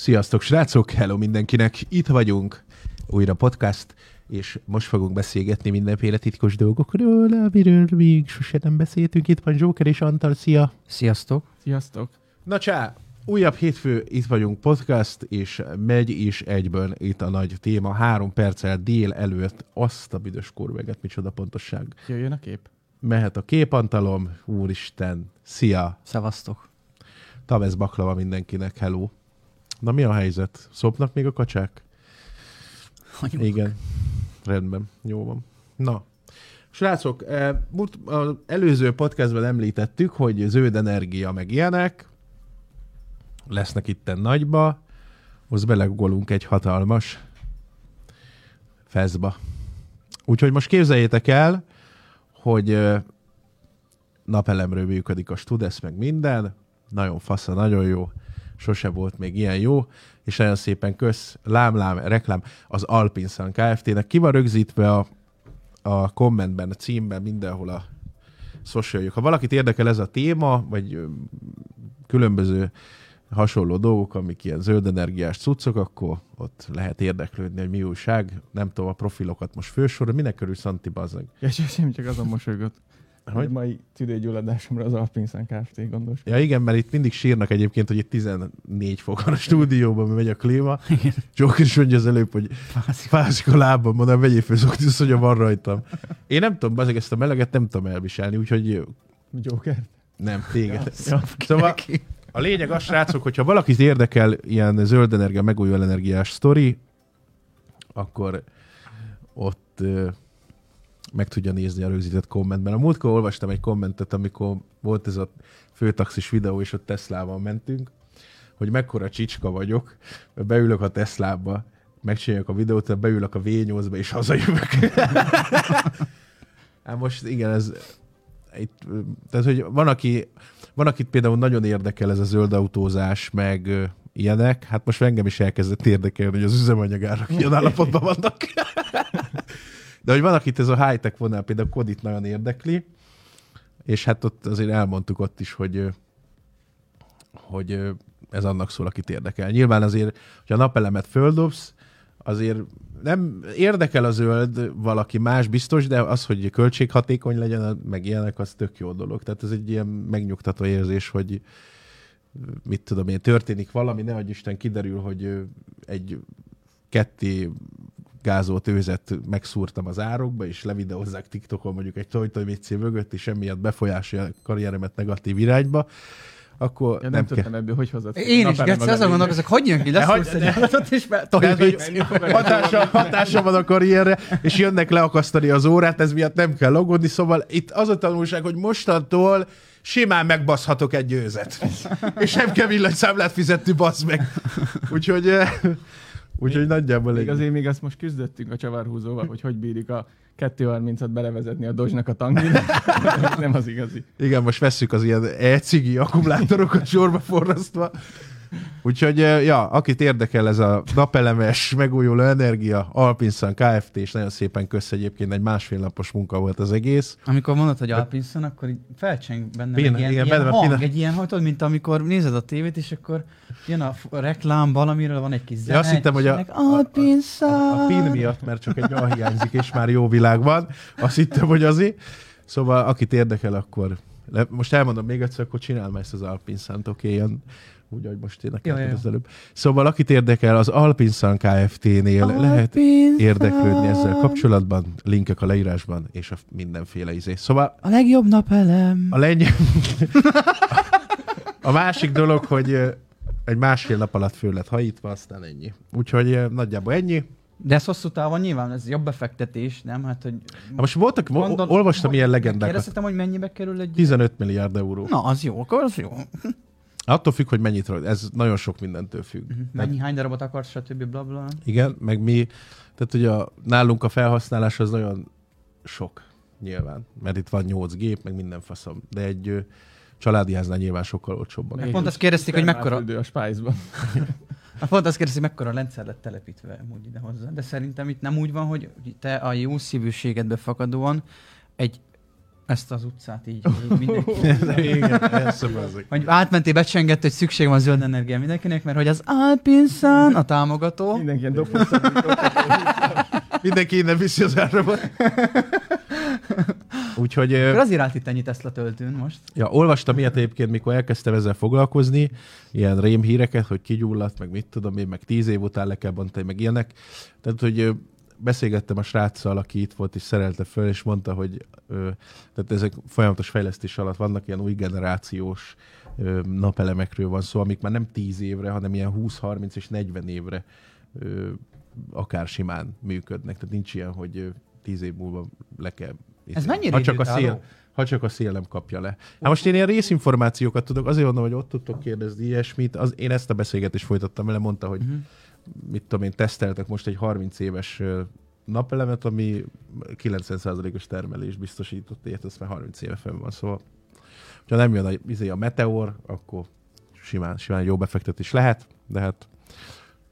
Sziasztok, srácok! Hello mindenkinek! Itt vagyunk, újra podcast, és most fogunk beszélgetni mindenféle titkos dolgokról, amiről még sose nem beszéltünk. Itt van Joker és Antal, szia! Sziasztok! Sziasztok! Na csá! Újabb hétfő, itt vagyunk podcast, és megy is egyben itt a nagy téma. Három perccel dél előtt azt a büdös kurveget, micsoda pontosság. Jöjjön a kép. Mehet a képantalom, úristen, szia! Szevasztok! Tavesz baklava mindenkinek, hello! Na mi a helyzet? Szopnak még a kacsák? Anyuk. Igen. Rendben, jó van. Na, srácok, eh, mut- az előző podcastben említettük, hogy zöld energia meg ilyenek, lesznek itten nagyba, az belegolunk egy hatalmas feszba. Úgyhogy most képzeljétek el, hogy eh, napelemről működik a Studesz, meg minden, nagyon fasza, nagyon jó, sose volt még ilyen jó, és nagyon szépen kösz, lámlám, reklám, az Alpinsan Kft-nek ki van rögzítve a, a kommentben, a címben, mindenhol a szosjöljük. Ha valakit érdekel ez a téma, vagy ö, különböző hasonló dolgok, amik ilyen zöld energiás cuccok, akkor ott lehet érdeklődni, hogy mi újság. Nem tudom, a profilokat most fősorra, minek körül Szanti bazzeg? Ja, sem csak azon mosolygott. Hogy? Hogy? Mai tüdőgyulladásomra az Alpinszán Kft. gondos. Ja igen, mert itt mindig sírnak egyébként, hogy itt 14 fok van a stúdióban, mert megy a klíma. Joker is mondja az előbb, hogy fázik a lábam, mondom, vegyél fel szoktusz, hogy van rajtam. Én nem tudom, bazeg, ezt a meleget nem tudom elviselni, úgyhogy Joker. nem, téged. Szóval a lényeg az, srácok, hogyha valakit érdekel ilyen zöld energia, megújuló energiás sztori, akkor ott ö, meg tudja nézni a rögzített kommentben. A múltkor olvastam egy kommentet, amikor volt ez a főtaxis videó, és ott Teslával mentünk, hogy mekkora csicska vagyok, beülök a Teslába, megcsináljuk a videót, tehát beülök a V8-ba, és hazajövök. hát most igen, ez itt, ö, tehát, hogy van, aki, van, akit például nagyon érdekel ez a zöld autózás, meg ö, ilyenek, hát most engem is elkezdett érdekelni, hogy az üzemanyagárak ilyen állapotban vannak. De hogy van, akit ez a high-tech vonal, például Kodit nagyon érdekli, és hát ott azért elmondtuk ott is, hogy ö, hogy ö, ez annak szól, akit érdekel. Nyilván azért, hogy a napelemet földobsz, azért nem érdekel a zöld valaki más biztos, de az, hogy költséghatékony legyen, meg ilyenek, az tök jó dolog. Tehát ez egy ilyen megnyugtató érzés, hogy mit tudom én, történik valami, nehogy Isten kiderül, hogy ö, egy ketté gázolt őzet megszúrtam az árokba, és levideozzák TikTokon mondjuk egy Tojtoj WC mögött, és emiatt befolyásolja a karrieremet negatív irányba, akkor Ja, nem, nem, kell. tudtam ebből, hogy hozott. Én is, Geci, azon gondolkozok, hogy jön ki, leszúrsz hogy- egy állatot, és be... Tehát, Toljuk hogy hatása, hatása van a karrierre, és jönnek leakasztani az órát, ez miatt nem kell aggódni, szóval itt az a tanulság, hogy mostantól simán megbaszhatok egy győzet. És nem kell villanyszámlát fizetni, basz meg. Úgyhogy, eh, úgyhogy nagyjából Még egy... azért még azt most küzdöttünk a csavarhúzóval, hogy hogy bírik a 230-at belevezetni a dozsnak a tangin. nem az igazi. Igen, most vesszük az ilyen e-cigi akkumulátorokat sorba forrasztva. Úgyhogy, eh, ja, akit érdekel ez a napelemes, megújuló energia, Alpinsan Kft. és nagyon szépen kösz egyébként, egy másfél napos munka volt az egész. Amikor mondod, hogy Alpinson, akkor így felcseng bennem Pina- egy igen, ilyen, ilyen benne van hang, Pina. egy ilyen hang, tudod, mint amikor nézed a tévét, és akkor jön a, f- a reklám valamiről, van egy kis zene. azt hittem, hogy a- és ennek Alpinson! A pin miatt, mert csak egy A hiányzik, és már jó világ van. Azt hittem, hogy azért. Szóval, akit érdekel, akkor... Le, most elmondom még egyszer, akkor csinálom ezt az Alpinszant, oké, okay, ilyen úgy, ahogy most én Jó, nekem jó. az előbb. Szóval, akit érdekel, az Alpinszan Kft-nél lehet Alpinson. érdeklődni ezzel kapcsolatban, linkek a leírásban, és a mindenféle izé. Szóval A legjobb napelem. a lengyel... a másik dolog, hogy ö, egy másfél nap alatt föl lett hajítva, aztán ennyi. Úgyhogy ö, nagyjából ennyi. De ez hosszú távon nyilván, ez jobb befektetés, nem? Hát, hogy... Hát most voltak, Gondol, Gondol- olvastam hogy- ilyen legendákat. Kérdeztem, hogy mennyibe kerül egy... 15 milliárd euró. Na, az jó, akkor az jó. Attól függ, hogy mennyit rajta. Ez nagyon sok mindentől függ. Uh-huh. Mennyi, hány darabot akarsz, stb. bla bla. Igen, meg mi, tehát ugye a, nálunk a felhasználás az nagyon sok nyilván, mert itt van 8 gép, meg minden faszom, de egy ö, családi háznál nyilván sokkal olcsóbban. Meg- Pont azt kérdezték, hogy mekkora, Termálfürdő a spájzban. pont azt kérdezték, mekkora rendszer lett telepítve amúgy ide hozzá. De szerintem itt nem úgy van, hogy te a jó szívűségedbe fakadóan egy ezt az utcát így, így mindenki. Igen, elszöbezzük. Vagy átmentél, becsengett, hogy szükség van zöld energia mindenkinek, mert hogy az Alpinsan a támogató. Mindenki ilyen dobozszak. Mindenki innen viszi az áramot. Úgyhogy... ö, Akkor azért állt itt ennyi Tesla töltőn most. Ja, olvastam ilyet egyébként, mikor elkezdtem ezzel foglalkozni, ilyen rémhíreket, hogy kigyulladt, meg mit tudom én, meg tíz év után le kell bontani, meg ilyenek. Tehát, hogy ö, beszélgettem a sráccal, aki itt volt és szerelte föl, és mondta, hogy ö, tehát ezek folyamatos fejlesztés alatt vannak ilyen új generációs ö, napelemekről van szó, amik már nem 10 évre, hanem ilyen 20, 30 és 40 évre ö, akár simán működnek. Tehát nincs ilyen, hogy ö, 10 év múlva le kell Ez mennyire ha csak a időtálló? szél, ha csak a szél nem kapja le. Hát most én ilyen részinformációkat tudok, azért mondom, hogy ott tudtok kérdezni ilyesmit. Az, én ezt a beszélgetést folytattam vele, mondta, hogy Mhm. uh-huh. mit tudom én, teszteltek most egy 30 éves ö, napelemet, ami 90%-os termelés biztosított, ért, ezt már 30 éve fönn van, szóval ha nem jön a, izé, a meteor, akkor simán, simán jó befektetés lehet, de hát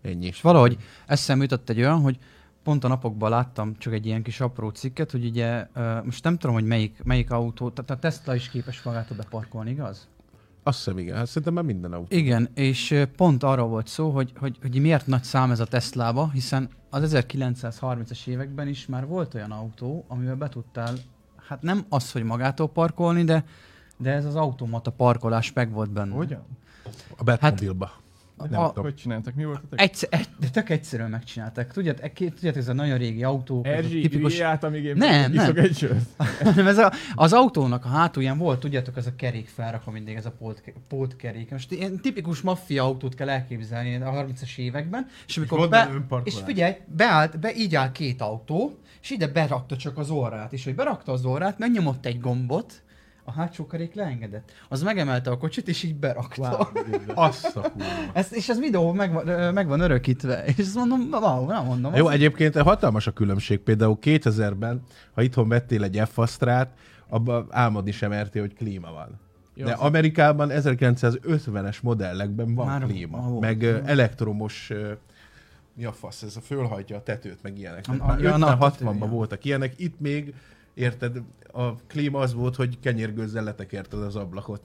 ennyi. És valahogy eszembe jutott egy olyan, hogy pont a napokban láttam csak egy ilyen kis apró cikket, hogy ugye, ö, most nem tudom, hogy melyik, melyik autó, tehát a Tesla is képes magától beparkolni, igaz? Azt hiszem, igen. Hát szerintem már minden autó. Igen, és ö, pont arról volt szó, hogy, hogy, hogy miért nagy szám ez a Teslába, hiszen az 1930-as években is már volt olyan autó, amivel be tudtál, hát nem az, hogy magától parkolni, de, de ez az automata parkolás meg volt benne. Hogyan? A Batmobile-ba. nem a, tudom. Hogy csináltak? Mi volt a tek? egyszer, egy, de tök egyszerűen megcsinálták. Tudjátok, e- tudjátok, ez a nagyon régi autó, ez a Erzsi, tipikus tipikus... át, amíg én Nem, iszok nem. egy sört. Nem, ez a, az autónak a hátulján volt, tudjátok, ez a kerék felrakva mindig, ez a pót, pótkerék. Most ilyen tipikus maffia autót kell elképzelni a 30-as években, és amikor volt be, benne önparkolás. és figyelj, beállt, be, így áll két autó, és ide berakta csak az orrát, és hogy berakta az orrát, megnyomott egy gombot, a hátsó kerék leengedett. Az megemelte a kocsit, és így berakta. Wow. Azt a kurva. Ezt, és ez videó megvan, ö, megvan örökítve. És ezt mondom, wow, nem mondom. Jó, egyébként hatalmas a különbség. Például 2000-ben, ha itthon vettél egy f asztrát abban álmodni sem mertél, hogy klíma van. Jó, De az- Amerikában 1950-es modellekben van Már klíma, volt. meg ö, elektromos ö, mi a fasz, ez a fölhajtja a tetőt, meg ilyenek. A- a- Már ja, na, a 50-60-ban tető, ja. voltak ilyenek, itt még, érted, a klíma az volt, hogy kenyérgőzzel letekerted az ablakot,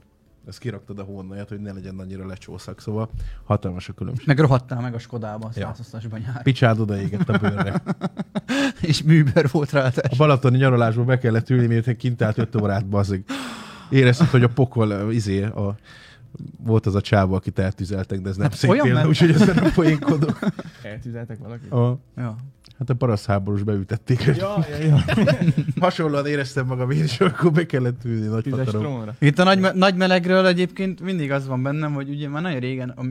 ezt kiraktad a hónaját, hogy ne legyen annyira lecsószak, szóval hatalmas a különbség. Meg rohadtál meg a Skodába, a Ja. 120-asban nyár. Picsád odaégett a bőrre. És műbőr volt rá. A balatoni nyaralásba be kellett ülni, mert kint állt 5 órát, bazzik. Érezted, hogy a pokol, ö, izé, a, volt az a csávó, akit eltüzeltek, de ez nem hát szép olyan példa, ment- úgyhogy ezzel nem poénkodok. Eltüzeltek valakit? A, Ja. hát a paraszt háborús beütették. Ja. Ja, ja, ja. Hasonlóan éreztem magam én is, amikor be kellett ülni nagy Tízes patarom. trónra. Itt a nagy, nagy melegről egyébként mindig az van bennem, hogy ugye már nagyon régen, a,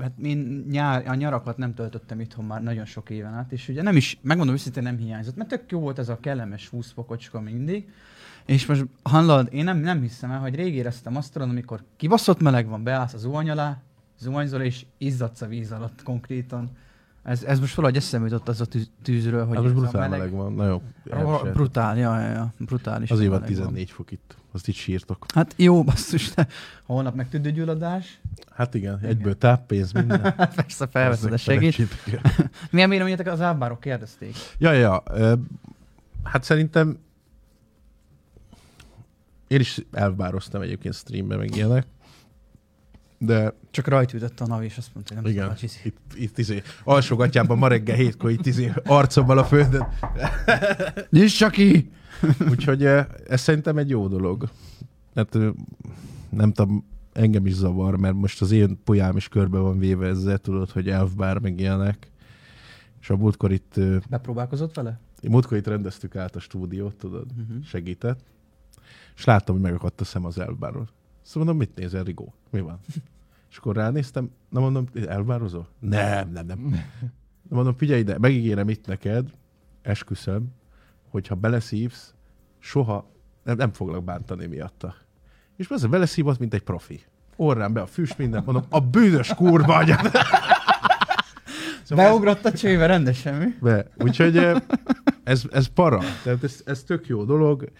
hát én nyár, a nyarakat nem töltöttem itthon már nagyon sok éven át, és ugye nem is, megmondom őszintén nem hiányzott, mert tök jó volt ez a kellemes 20 fokocska mindig, és most hallod, én nem, nem hiszem el, hogy rég éreztem azt tudom, amikor kibaszott meleg van, beállsz a zuhany alá, zuhanyzol és izzadsz a víz alatt konkrétan. Ez, ez most valahogy eszembe jutott az a tűz, tűzről, hogy Hát most ez a brutál meleg, van, nagyon. Roha- elviselhetetlen. brutál, ja, ja, ja, brutális. Azért van meleg 14 fok itt. Azt így sírtok. Hát jó, basszus, de holnap meg tüdőgyulladás. Hát igen, egyből táppénz, minden. Hát persze felveszed a segít. Szerencsétek. Milyen véleményetek az ábárok kérdezték? Ja, ja. ö, Hát szerintem én is elvároztam egyébként streambe, meg ilyenek. De Csak rajt ütött a nav, és azt mondta, hogy nem igen, szabad csiszi. itt, itt izé, alsógatjában ma reggel hétkor itt izé, arcommal a földön. Nyisd csak ki! Úgyhogy ö, ez szerintem egy jó dolog. Hát ö, nem tudom, engem is zavar, mert most az én pulyám is körbe van véve ezzel, tudod, hogy elfbár meg ilyenek. És a múltkor itt ö, Bepróbálkozott vele? Én múltkor itt rendeztük át a stúdiót, tudod, uh-huh. segített, és láttam, hogy megakadt a szem az elbáról. Szóval mondom, mit nézel, Rigó? Mi van? És akkor ránéztem, na mondom, elbározol? Nem, nem, nem. Na mondom, figyelj ide, megígérem itt neked, esküszöm, hogyha beleszívsz, soha nem, nem foglak bántani miatta. És persze beleszívott, mint egy profi. Orrán be a füst, mindent mondom, a bűnös kurva anyád. Szóval ez- Beugrott a csőbe, rendesen mi? be. Úgyhogy ö, ez, ez para. Tehát ez, ez tök jó dolog.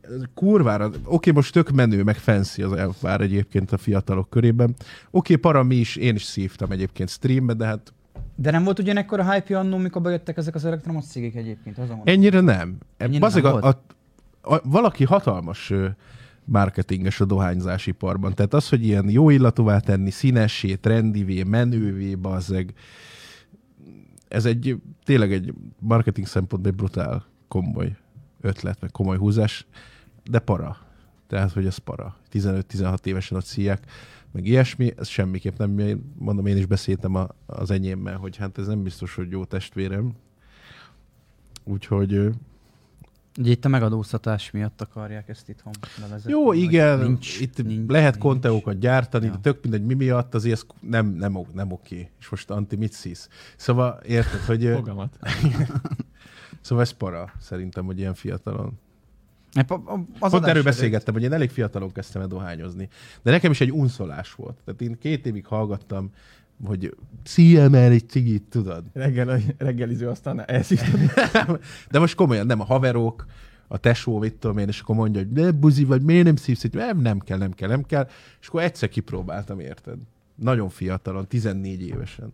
Ez Kurvára, oké, most tök menő, meg fancy az elvár egyébként a fiatalok körében. Oké, para mi is, én is szívtam egyébként streambe, de hát De nem volt ugyanekkor a hype annó, mikor bejöttek ezek az elektromos cégek egyébként, azon ennyire nem. Ennyire Bazeg, nem a, volt? a, a- valaki hatalmas ö, marketinges a dohányzásiparban. Tehát az, hogy ilyen jó illatúvá tenni, színessé, trendivé, menővé, bazeg, ez egy tényleg egy marketing szempontból egy brutál komoly ötlet, meg komoly húzás, de para. Tehát, hogy ez para. 15-16 évesen a szíják, meg ilyesmi, ez semmiképp nem, én mondom, én is beszéltem a, az enyémmel, hogy hát ez nem biztos, hogy jó testvérem. Úgyhogy ö, Ugye itt a megadóztatás miatt akarják ezt itthon bevezetni. jó, hogy igen, nincs, itt nincs, lehet nincs. konteókat gyártani, ja. Ja. de tök mindegy, mi miatt, azért ez nem, nem, o- nem oké. És most Anti, mit szísz? Szóval érted, hogy... ö, Fogamat. szóval ez para, szerintem, hogy ilyen fiatalon. Épp Hát, a- a- Az Az Pont adás erről előtt. beszélgettem, hogy én elég fiatalon kezdtem el dohányozni. De nekem is egy unszolás volt. Tehát én két évig hallgattam, hogy szíjem el egy cigit, tudod. Reggel, reggeliző, aztán elszívtad. De most komolyan, nem a haverok, a tesó, mit tudom én, és akkor mondja, hogy ne buzi vagy, miért nem szívsz itt? Nem, nem kell, nem kell, nem kell. És akkor egyszer kipróbáltam, érted? Nagyon fiatalon, 14 évesen.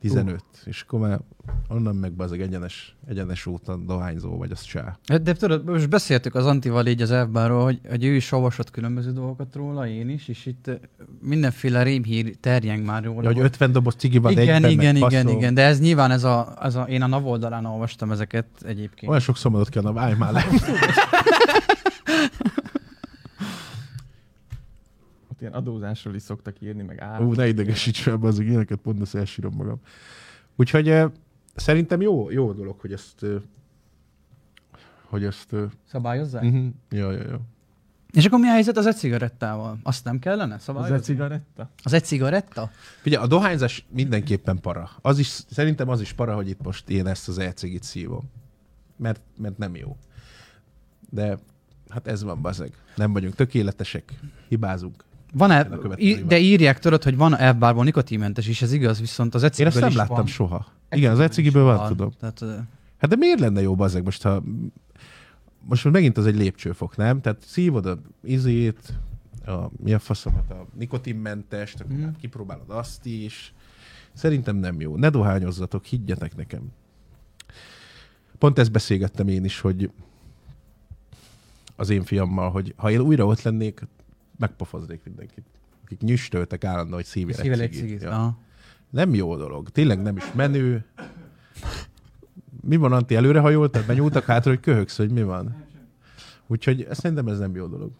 15. Uh. És akkor már onnan meg bazeg egyenes, egyenes úton dohányzó vagy, az csá. De, de tudod, most beszéltük az Antival így az Elbáról, hogy, hogy ő is olvasott különböző dolgokat róla, én is, és itt ö, mindenféle rémhír terjeng már róla. Hogy 50 doboz cigi van igen, egyben, igen, meg igen, passzol. igen, de ez nyilván ez a, ez a, én a NAV oldalán olvastam ezeket egyébként. Olyan sok szomorod kell, na, állj már le. Ott ilyen adózásról is szoktak írni, meg áll. Ú, ne idegesíts fel, az ilyeneket mondasz, elsírom magam. Úgyhogy eh, szerintem jó, jó dolog, hogy ezt eh, hogy ezt... eh, Szabályozzák? Mm. Mhm. Ja, ja, ja. És akkor mi a helyzet az egy cigarettával? Azt nem kellene Az szabályozni? egy cigaretta? Az egy cigaretta? Figyelj, a dohányzás mindenképpen para. Az is, szerintem az is para, hogy itt most én ezt az elcigit szívom. Mert, mert nem jó. De hát ez van, bazeg. Nem vagyunk tökéletesek, hibázunk. Van Kell a el, következő í, de írják, tudod, hogy van elbárból nikotinmentes is, ez igaz, viszont az Én ecigiből ezt nem is láttam van. soha. Igen, az elcigiből van, tudom. Tehát, ö, Hát de miért lenne jó bazeg most, ha... Most már megint az egy lépcsőfok, nem? Tehát szívod a izét, a, mi a faszomat, a nikotinmentest, akkor Mm. hát kipróbálod azt is. Szerintem nem jó. Ne dohányozzatok, higgyetek nekem. Pont ezt beszélgettem én is, hogy az én fiammal, hogy ha én újra ott lennék, megpofoznék mindenkit. Akik nyüstöltek állandóan, hogy szívjál szívvel egy egy cigit. cigit. Ja. aha. Nem jó dolog. Tényleg nem is menő. Mi van, Anti, előre hajoltad? Benyúltak hátra, hogy köhögsz, hogy mi van? Úgyhogy ezt szerintem ez nem jó dolog.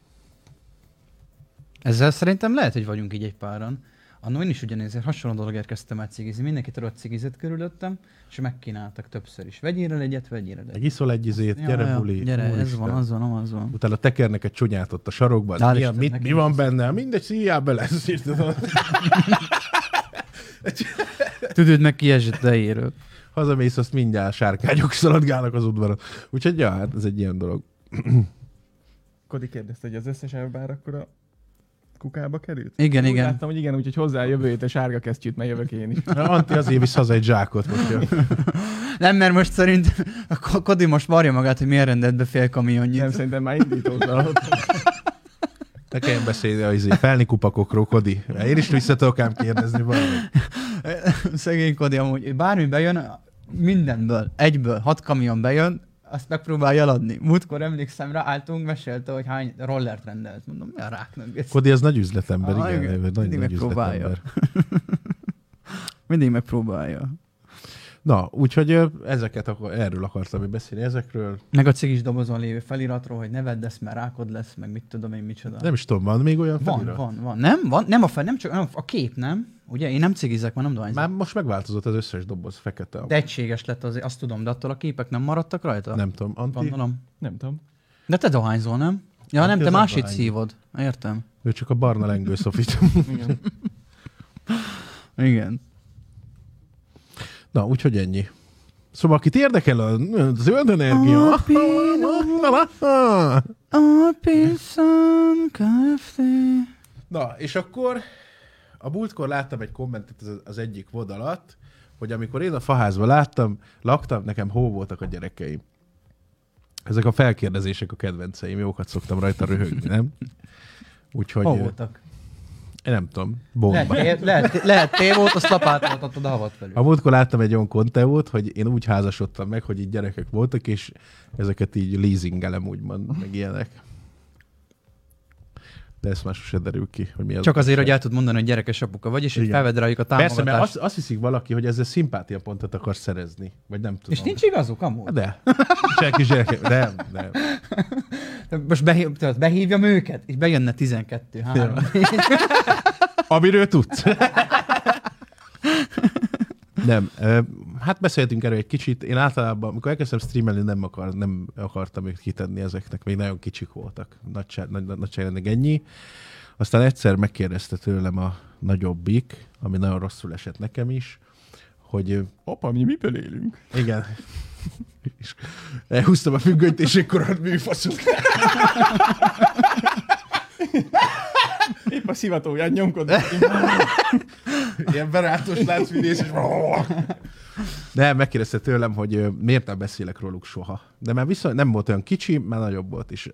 Ezzel szerintem lehet, hogy vagyunk így egy páran. Annó én is ugyanézért hasonló dolog érkeztem el cigizni. Mindenki tudott cigizett körülöttem, és megkínáltak többször is. Vegyél el egyet, vegyél el Meg egyet. iszol egy izét, gyere buli. Gyere, ez úristen. van, az van, az van. Utána tekernek egy csonyát ott a sarokban. Hál' Az milyen, Istennek, mit, mi igen. van benne? Mindegy, szíjjál bele. ezt is tudod. Tudod, meg kiesett tejéről. Hazamész, azt mindjárt sárkányok szaladgálnak az udvaron. Úgyhogy ja, hát ez egy ilyen dolog. Kodi kérdezte, hogy az összes elbár akkor a kukába került? Igen, Úgy igen. Láttam, hogy igen, úgyhogy hozzá jövő hét a sárga kesztyűt, mert jövök én is. Na, Anti azért visz haza egy zsákot most. Ja. Nem, mert most szerint a Ko- Kodi most varja magát, hogy miért rendelt be fél kamionnyi. Nem, szerintem már indítóknál ott. Ne kelljen beszélni a izé, felni kupakokról, Kodi. Én is vissza tudok ám kérdezni valamit. Szegény Kodi amúgy, bármi bejön, mindenből, egyből, hat kamion bejön, azt megpróbálja eladni. Múltkor emlékszem, rá álltunk, mesélte, hogy hány rollert rendelt. Mondom, mi a ráknak? Ez Kodi az nagy üzletember, Ah, igen, igen. igen. Nagy, Mindig nagy megpróbálja. üzletember. Mindig megpróbálja. Na, úgyhogy ö, ezeket akar, erről akartam én beszélni, ezekről. Meg a cigis dobozon lévő feliratról, hogy ne vedd ezt, mert rákod lesz, meg mit tudom én, micsoda. Nem is tudom, van még olyan van, felirat? van, van. Nem? Van? Nem a fel, nem csak nem, a kép, nem? Ugye? Én nem cigizek, már nem dohányzok. Már most megváltozott az összes doboz fekete. De egységes lett az, azt tudom, de attól a képek nem maradtak rajta? Nem tudom, Anti, Gondolom. Nem tudom. De te dohányzol, nem? Ja, Hát nem, ki te az a másít dohányzó? szívod. Értem. ő csak a barna lengő szofit. Igen. Igen. Na, úgyhogy ennyi. Szóval, akit érdekel a a zöld energia, A Pilsen Kft. Na, és akkor a múltkor láttam egy kommentet az- az egyik vod alatt, hogy amikor én a faházba láttam, laktam, nekem hó voltak a gyerekeim. Ezek a felkérdezések a kedvenceim, jókat szoktam rajta röhögni, nem? Úgyhogy... Hol voltak? Én nem tudom. Bomba. Lehet, lehet, lehet tévót, azt lapátoltatod a havat velük. A múltkor láttam egy olyan konteót, hogy én úgy házasodtam meg, hogy így gyerekek voltak, és ezeket így leasingelem, úgymond, meg ilyenek. De ezt már sose derül ki, hogy mi az. Csak azért, hogy el tud mondani, hogy gyerekes apuka vagy, és így Igen. felved rájuk a támogatást. Persze, mert azt, azt hiszik valaki, hogy ezzel szimpátiapontot akar szerezni. Vagy nem tudom. Hát És nincs igazuk amúgy? De. Senki gyereke. Nem, nem. Most behív, tudod, behívjam őket, és bejönne 12 3 Amiről tudsz. Nem. ö, Hát beszéltünk erről egy kicsit. Én általában, amikor elkezdtem streamelni, nem, akar, nem akartam őt kitenni ezeknek. Még nagyon kicsik voltak. Nagyság- nagy- nagy- Nagyságrendileg ennyi. Aztán egyszer megkérdezte tőlem a nagyobbik, ami nagyon rosszul esett nekem is, hogy ö, Apa, mi miből élünk? igen. És elhúztam a függönyt, és akkor a műfaszunk. Épp a szivatóját nyomkod. Ilyen berátos láncvidés, és De megkérdezte tőlem, hogy ö, miért nem beszélek róluk soha. De már viszont nem volt olyan kicsi, már nagyobb volt is.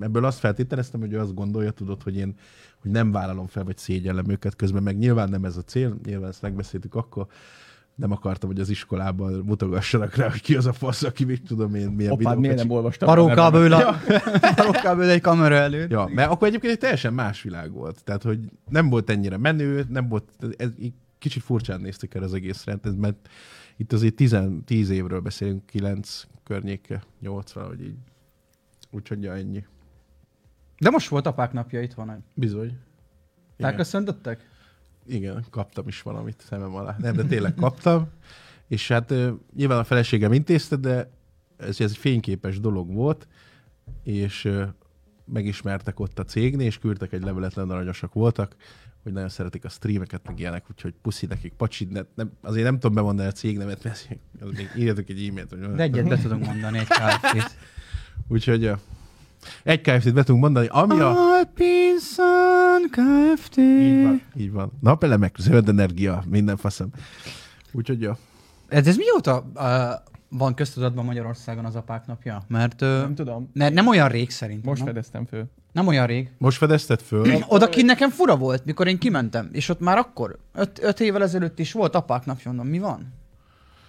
Ebből azt feltételeztem, hogy ő azt gondolja, tudod, hogy én hogy nem vállalom fel, vagy szégyellem őket közben, meg nyilván nem ez a cél, nyilván ezt megbeszéltük akkor, nem akartam, hogy az iskolában mutogassanak rá, hogy ki az a fasz, aki mit tudom én, milyen Apád miért videókat nem olvastam? Parókába ül a... Parókába ül egy kamera előtt. Ja, mert akkor egyébként egy teljesen más világ volt. Tehát, hogy nem volt ennyire menő, nem volt, ez, így kicsit furcsán néztük el az egész rendet, mert itt azért 10, 10 évről beszélünk, 9 környéke, 8 valahogy így. Úgyhogy ja, ennyi. De most volt apák napja itthon. Bizony. Igen. Elköszöntöttek? Igen, kaptam is valamit szemem alá. Nem, de tényleg kaptam. És hát ö, nyilván a feleségem intézte, de ez, ez egy fényképes dolog volt, és ö, megismertek ott a cégnél, és küldtek egy levelet, nagyon aranyosak voltak, hogy nagyon szeretik a streameket, meg ilyenek, úgyhogy puszi nekik, pacsid, ne, nem, azért nem tudom bemondani a cégnemet, mert az még írjatok egy e-mailt. Hogy De egyet be tudunk mondani, egy kártyát. Úgyhogy ö, egy KFT-t be tudunk mondani, ami a... Alpinson Kft. Így van, így van. Napelemek, zöld energia, minden faszom. Úgyhogy ja. Ez, ez mióta uh, van köztudatban Magyarországon az apák napja? Mert, uh, Nem tudom. mert nem olyan rég szerintem. Most nem? fedeztem föl. nem olyan rég. Most fedezted föl? Oda kint nekem fura volt, mikor én kimentem, és ott már akkor, öt, öt évvel ezelőtt is volt apák napja, mondom, mi van?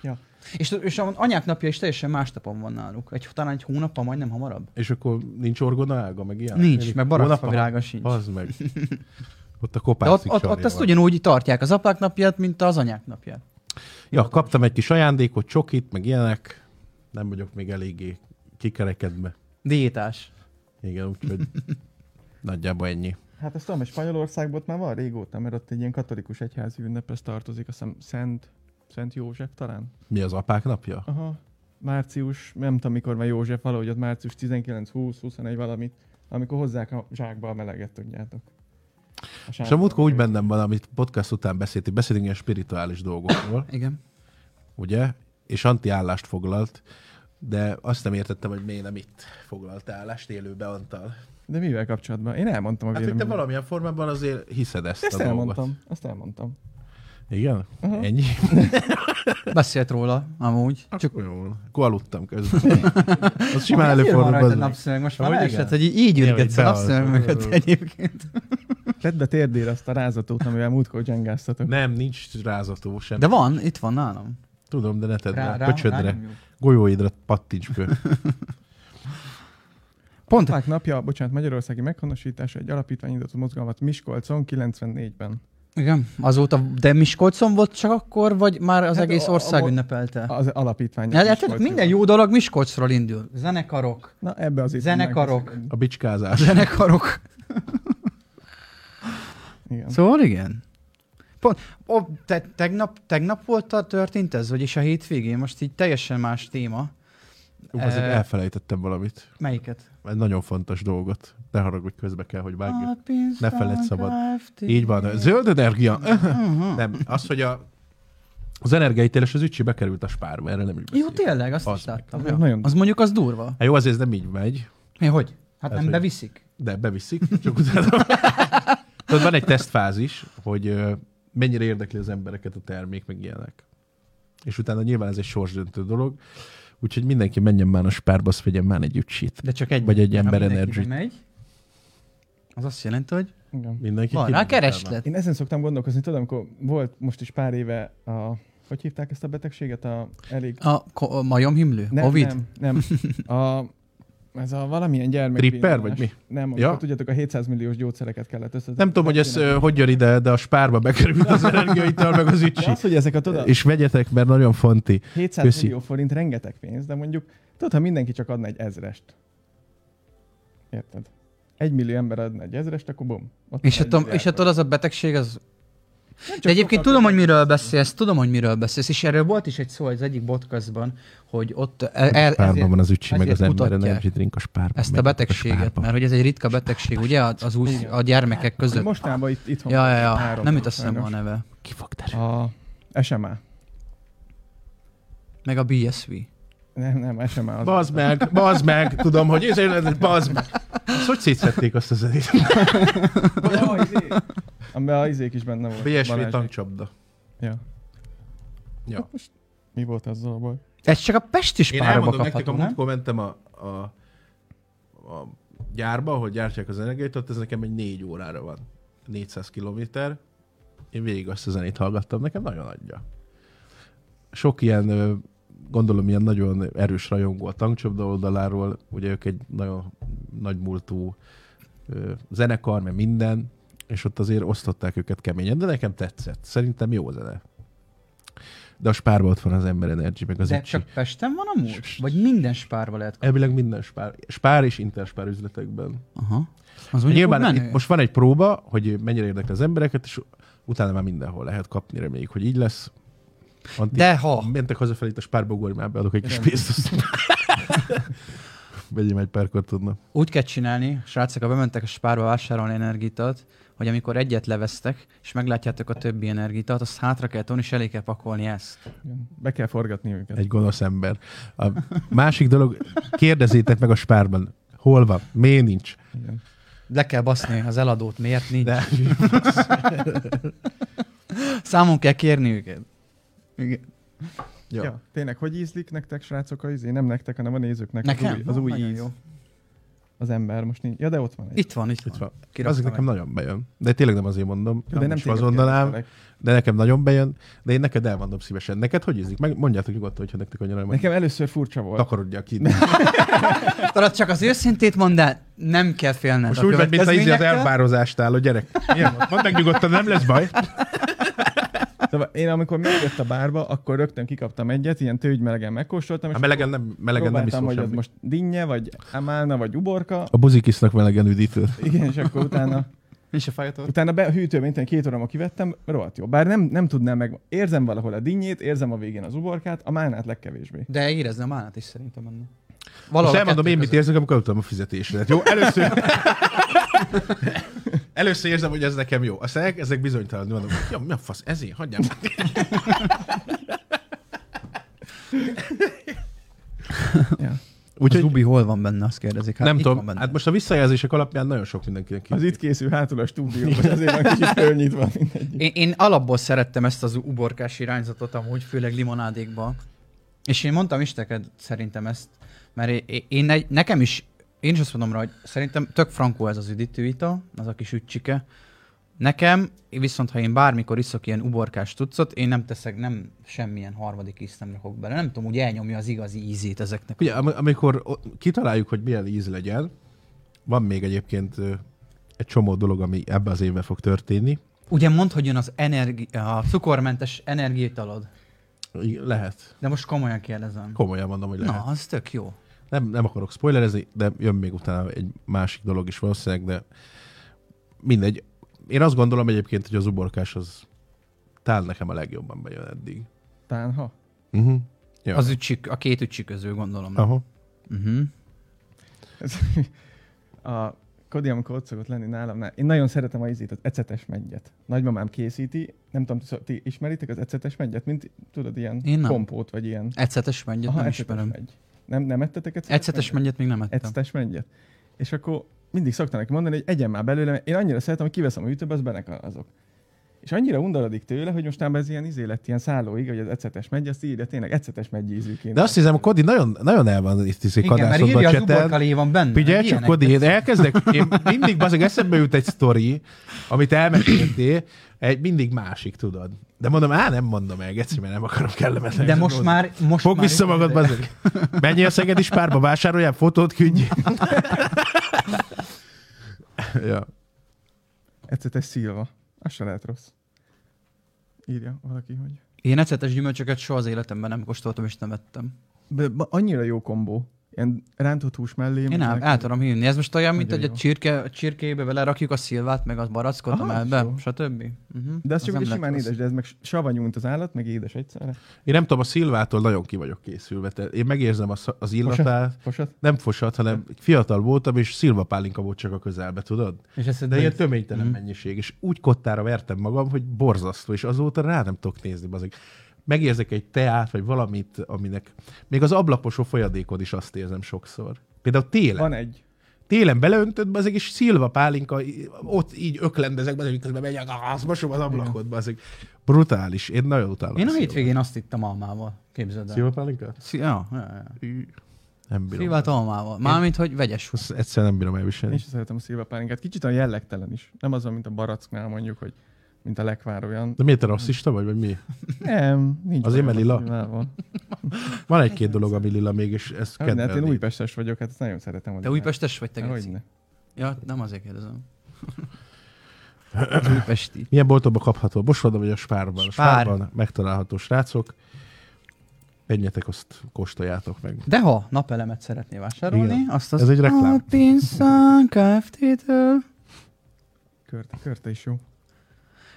Ja. És, és a anyák napja is teljesen más napon van náluk. Egy, talán egy hónappal, majdnem hamarabb. És akkor nincs orgona ága, meg ilyen? Nincs, Én- meg barangfa Hónap- virága sincs. Az meg. Ott a De ott, kopászik ott, ott azt ugyanúgy tartják az apák napját, mint az anyák napját. Ja, kaptam egy kis ajándékot, csokit, meg ilyenek. Nem vagyok még eléggé kikerekedve. Diétás. Igen, úgyhogy nagyjából ennyi. Hát ezt tudom, hogy Spanyolországban ott már van régóta, mert ott egy ilyen katolikus egyházi ünnephez tartozik, azt hiszem Szent, Szent József talán. Mi az apák napja? Hát- Aha. Március, nem tudom mikor van József, valahogy ott március 19-20-21 valamit, amikor hozzák a zsákba a meleget, tudjátok. A És a múltkor úgy bennem van, amit podcast után beszéltünk, beszélünk ilyen spirituális dolgokról, Igen. ugye? És antiállást foglalt, de azt nem értettem, hogy miért nem itt foglalt állást élőbe Antal. De mivel kapcsolatban? Én elmondtam a Hát, hogy te véleményem. valamilyen formában azért hiszed ezt Ezt a dolgot. elmondtam, azt elmondtam. Igen? Uh-huh. Aha. Ennyi? Beszélt róla, amúgy. Csak jól. Akkor aludtam közben. Az simán előfordul. rajta bazd meg. napszöveg, most Amúgy már igen. esett, hogy így- így Igen, ürgetsz a hogy bealszol. napszöveg mögött egyébként. Tedd be térdére azt a rázatót, amivel múltkor gyengáztatok. Nem, nincs rázató sem. De van, itt van nálam. Tudom, de ne tedd rá, Rá- rá, rá- köcsödre. rányomjuk. Golyóidra pattints föl. Pont Apák napja, bocsánat, Magyarországi meghonosítása egy alapítványindított mozgalmat Miskolcon 94-ben. Igen, azóta, de Miskolcon volt csak akkor, vagy már az Hát hát egész a- a- ország a- ünnepelte? A, Az alapítvány. a, hát, Miskolci minden volt. jó dolog Miskolcról indul. Zenekarok, Na ebbe az itt Zenekarok. megveszek A bicskázás. zenekarok. egy- Igen. Szóval igen. Pont, ó, te, tegnap, tegnap volt a történt ez, vagyis a hétvégén, most így teljesen más téma. Ú, azért Eh. elfelejtettem valamit. Melyiket? Egy nagyon fontos dolgot. Ne haragudj, közbe kell, hogy vágjuk. Hát, Ne feledd szabad. Így van. Zöld energia. Uh-huh. nem, az, hogy a az energiaítélés az ücsi bekerült a spárba, erre nem így Jó, beszélünk. tényleg, azt Az is meg. láttam. Az Ja. nagyon- Az mondjuk az durva. Hát jó, azért ez nem így megy, Mi, hogy? Hát Ez nem hogy- beviszik. de beviszik, csak utána. Tehát van egy tesztfázis, hogy ö, mennyire érdekli az embereket a termék, meg ilyenek. És utána nyilván ez egy sorsdöntő dolog, úgyhogy mindenki menjen már a spárba, azt vegyen már egy ücsit. De csak egy. Vagy egy ember Ha mindenki energy. bemegy, Az azt jelenti, hogy Igen. Mindenki Van rá kimegy utána. kereslet. Én ezen szoktam gondolkozni, tudom, amikor volt most is pár éve a... Hogy hívták ezt a betegséget? A elég... A, ko- a majomhimlő? Nem, Covid? nem, nem. A, ez a valamilyen gyermek. Tripper, vagy mi? Nem, amikor Ja. ja. tudjátok, a 700 milliós gyógyszereket kellett össze. Nem tudom, hogy ez ö, hogy jön ide, de a spárba bekerül az energiaital, meg az De ücsi. az, hogy ezek a tudod, És vegyetek, mert nagyon fonti. 700 köszi. millió forint rengeteg pénz, de mondjuk, tudod, ha mindenki csak adna egy ezrest. Érted? Egy millió ember adna egy ezrest, akkor bum. Ott És van hát, egy a- és milliárd. hát az a betegség az... Nem csak De egyébként sokkal- tudom, hogy miről beszélsz, tudom, hogy miről beszélsz, és erről volt is egy szó az egyik podcastban, hogy ott el, el, Spárban ezért van az ücsi, meg ezért az emberre nem kutatják drink a spárban. ezt a meg betegséget, spárban. mert hogy ez egy ritka betegség, ugye, az, az úsz, a gyermekek között. Mostában itt, itthon. Ja, ja, ja, Három nem van, jut eszembe a sajnos. neve. Ki fog derülni? A SMA. Meg a BSV. Nem, nem, SMA az. Bazd meg, bazd meg, tudom, hogy ezért, bazd meg. Ezt hogy szétszették azt a zenét? Ja, izé. Amiben a izék is benne volt. BSV Balázsék. tankcsapda. Ja. Hát Ja. Mi volt azzal a baj? Ez csak a Pesti Én spárba elmondom nektek, kapható, nem? amikor mentem a, a, a gyárba, ahol gyártják az energiát, ott ez nekem egy négy órára van. 400 kilométer. Én végig azt a zenét hallgattam, nekem nagyon adja. Sok ilyen, ö, gondolom, ilyen nagyon erős rajongó a tankcsapda oldaláról, ugye ők egy nagyon nagymúltú ö, zenekar, meg minden, és ott azért osztották őket keményen, de nekem tetszett. Szerintem jó zene. De a spárba ott van az Ember Energy, meg az De Itchy. csak Pesten van amúgy? Vagy minden spárba lehet kapni? Elvileg minden spár, spár és interspár üzletekben. Aha. Az mondjuk Nyilván menő. itt most van egy próba, hogy mennyire érdekel az embereket, és utána már mindenhol lehet kapni, reméljük, hogy így lesz. Anti, De ha. Mentek hazafelé itt a spárba, ugorj már, beadok egy kis Igen. pénzt. azt- Vegyem egy pár kartonna. Úgy kell csinálni, srácok, ha bementek a spárba vásárolni energitalt, hogy amikor egyet leveztek, és meglátjátok a többi energitalt, azt hátra kell tolni, és elé kell pakolni ezt. Igen. Be kell forgatni őket. Egy gonosz ember. A másik dolog, kérdezzétek meg a spárban, hol van, miért nincs. Igen. Le kell baszni az eladót, miért nincs? De Számon kell kérni őket. Igen. ja. Ja. ja. Tényleg, hogy ízlik nektek, srácok, a izé? Nem nektek, hanem a nézőknek. Nekem? Az új, az új Nagyon íz. jó. Az ember most nincs. Ja, de ott van egy. Itt van, itt, Itt van. Kiraktam Azok nekem egy. nagyon bejön. De tényleg nem azért mondom, Jó, nem, nem is téged azonnalám, kérdeztelek. De nekem nagyon bejön, de én neked elmondom szívesen. Neked hogy ízik? Meg mondjátok nyugodtan, hogyha nektek annyira nem Nekem először furcsa volt. takarodja ki. Tudod, csak az őszintét mondd el, nem kell félned. Most a úgy vagy, mint az ízi az következményektől. elvározástál, a gyerek. Hát Milyen volt? Mondd meg nyugodtan, nem lesz baj. Szóval én amikor megjött a bárba, akkor rögtön kikaptam egyet, ilyen tőgymmelegen megkóstoltam, és A melegen nem, melegen Hát nem próbáltam, iszol hogy ez semmi. Most... most dinnye, vagy amálna, vagy uborka. A buzikisznak melegen üdítő. Igen, és akkor utána, És a fájtól. utána be hűtőbe, mint két óra kivettem, rohadt jó. Bár nem, nem tudnám meg, érzem valahol a dinnyét, érzem a végén az uborkát, a málnát legkevésbé. De érezni a mánát is szerintem annak. Most a elmondom kettő én, mit között. érzek, amikor kaptam a fizetésedet. Jó, először... először érzem, hogy ez nekem jó. Aztán el- ezek bizonytalan. Mondom, hogy ja, mi a fasz, ezért, hagyjam. Ja. Úgyhogy... Úgyhogy Az Ubi hol van benne, azt kérdezik. nem itt van tudom, benne. hát most a visszajelzések alapján nagyon sok mindenkinek Az itt készül hátul a stúdióban, azért van kicsit fölnyitva mindegyik. Én, én alapból szerettem ezt az uborkás irányzatot amúgy, főleg limonádékban. És én mondtam is neked szerintem ezt, mert é- é- én egy, nekem is, én is azt mondom rá, hogy szerintem tök frankó ez az üdítőita, az a kis ügycsike. Nekem, viszont ha én bármikor iszok ilyen uborkás tucot, én nem teszek, nem semmilyen harmadik ízt nem rakok bele. Nem tudom, úgy elnyomja az igazi ízét ezeknek. Ugye, am- amikor o- kitaláljuk, hogy milyen íz legyen, van még egyébként ö, egy csomó dolog, ami ebbe az évben fog történni. Ugye mondd, hogy jön az energi- a cukormentes energiétalod. I- Lehet. De most komolyan kérdezem. Komolyan mondom, hogy lehet. Na, az tök jó. Nem, nem akarok spoilerezni, de jön még utána egy másik dolog is valószínűleg, de mindegy. Én azt gondolom egyébként, hogy az uborkás az tál nekem a legjobban bejön eddig. Tán, ha. Uh-huh. Ja. Az ücsik, a két ücsik közül gondolom. Aha. Uh-huh. Ez- a Kodi, amikor ott szokott lenni nálam, nál- én nagyon szeretem a ízét, az ecetes meggyet. Nagymamám készíti, nem tudom, szó- ti ismeritek az ecetes meggyet, mint tudod, ilyen Én nem. kompót, vagy ilyen. Ecetes mennyet nem ecetes ismerem. megy. Nem, nem ettetek ecetes, Ecetes mennyet meggyet? még nem ettem. Ecetes meggyet. És akkor mindig szoktam neki mondani, hogy egyen már belőle, mert én annyira szeretem, hogy kiveszem a hűtőbe, az benek azok. És annyira undorodik tőle, hogy mostában ez ilyen izé lett, ilyen szállóig, hogy az ecetes megy, azt írja tényleg ecetes megyízőként. De azt hiszem, a Kodi nagyon, nagyon el van itt iszik Igen, mert kadászodva írja a az cseten. uborkalé van benne. Figyelj csak, Hm, hát Kodi, Ilyenek én tetszik. elkezdek, én mindig bazeg eszembe jut egy sztori, amit elmeséltél, egy mindig másik, tudod. De mondom, á, nem mondom el, geci, mert nem akarom kellemetlen. De most már... Most Fogd már vissza itt- magad, bazeg. Menjél a Szegedi Spárba, vásároljál fotót, küldj. ja. Ecetes szilva. Az se lehet rossz. Írja valaki, hogy... Én ecetes gyümölcsöket soha az életemben nem kóstoltam és nem vettem. De, ba, annyira jó kombó. Ilyen rántott hús mellé. Én el, el tudom hinni. Ez most olyan, mint hogy Nagyon a, jó. csirke, a csirkébe belerakjuk a szilvát, meg az barackot, a Aha, melbe, jó. stb. Uh-huh. De az csak ugye simán édes, de ez meg savanyú, mint az állat, meg édes egyszerre. Én nem tudom, a szilvától nagyon ki vagyok készülve. Tehát én megérzem az, az illatát. Fosat? Nem fosat, hanem fiatal voltam, és szilva pálinka volt csak a közelbe, tudod? És ezt De ilyen töménytelen mm. mennyiség, és úgy kottára vertem magam, hogy borzasztó, és azóta rá nem tudok nézni, bazeg. Megérzek egy teát, vagy valamit, aminek még az ablaposó folyadékon is azt érzem sokszor. Például télen. Van egy. Télen beleöntöd, bazeg, és szilva pálinka, í- ott így öklendezek, bazeg, miközben megyek, az mosom az ablakot, bazeg. Brutális. Én nagyon utálom. Én a szilva- hétvégén azt ittam almával, képzeld el. Szilva pálinkát? Szí- ja, ja, ja. Ű, Nem bírom. Szilvát almával. Mármint, hogy vegyes húsz. Azt egyszerűen nem bírom Én elviselni. is szeretem a szilvapálinkát. Kicsit a jellegtelen is. Nem az, mint a baracknál mondjuk, hogy mint a lekvár olyan. De miért te rasszista vagy, vagy mi? Nem, nincs. Azért, bajom mert lila? a szilvával. Van egy-két dolog, ami lila még, és ezt Hogy ne, Hát én kedvelni. újpestes vagyok, hát ezt nagyon szeretem. hogy Te újpestes vagy, te geci? Hogyne. Ja, nem azért kérdezem. Az újpesti. Milyen boltokban kapható? Bosvadban vagy a Spárban? A Spár. Spárban megtalálható srácok. Menjetek, azt kóstoljátok meg. De ha napelemet szeretné vásárolni, Igen. azt az Ez egy reklám. Altinsan Kft-től Körte, körte is jó.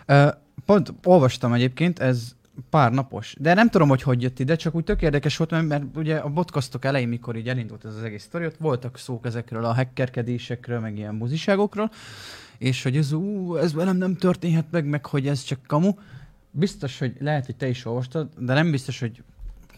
Ö, pont olvastam egyébként, ez pár napos. De nem tudom, hogy hogy jött ide, csak úgy tök érdekes volt, mert, mert ugye a podcastok elején, mikor így elindult ez az egész sztori, ott voltak szók ezekről a hackerkedésekről, meg ilyen buziságokról, és hogy ez, ú, ez velem nem történhet meg, meg hogy ez csak kamu. Biztos, hogy lehet, hogy te is olvastad, de nem biztos, hogy,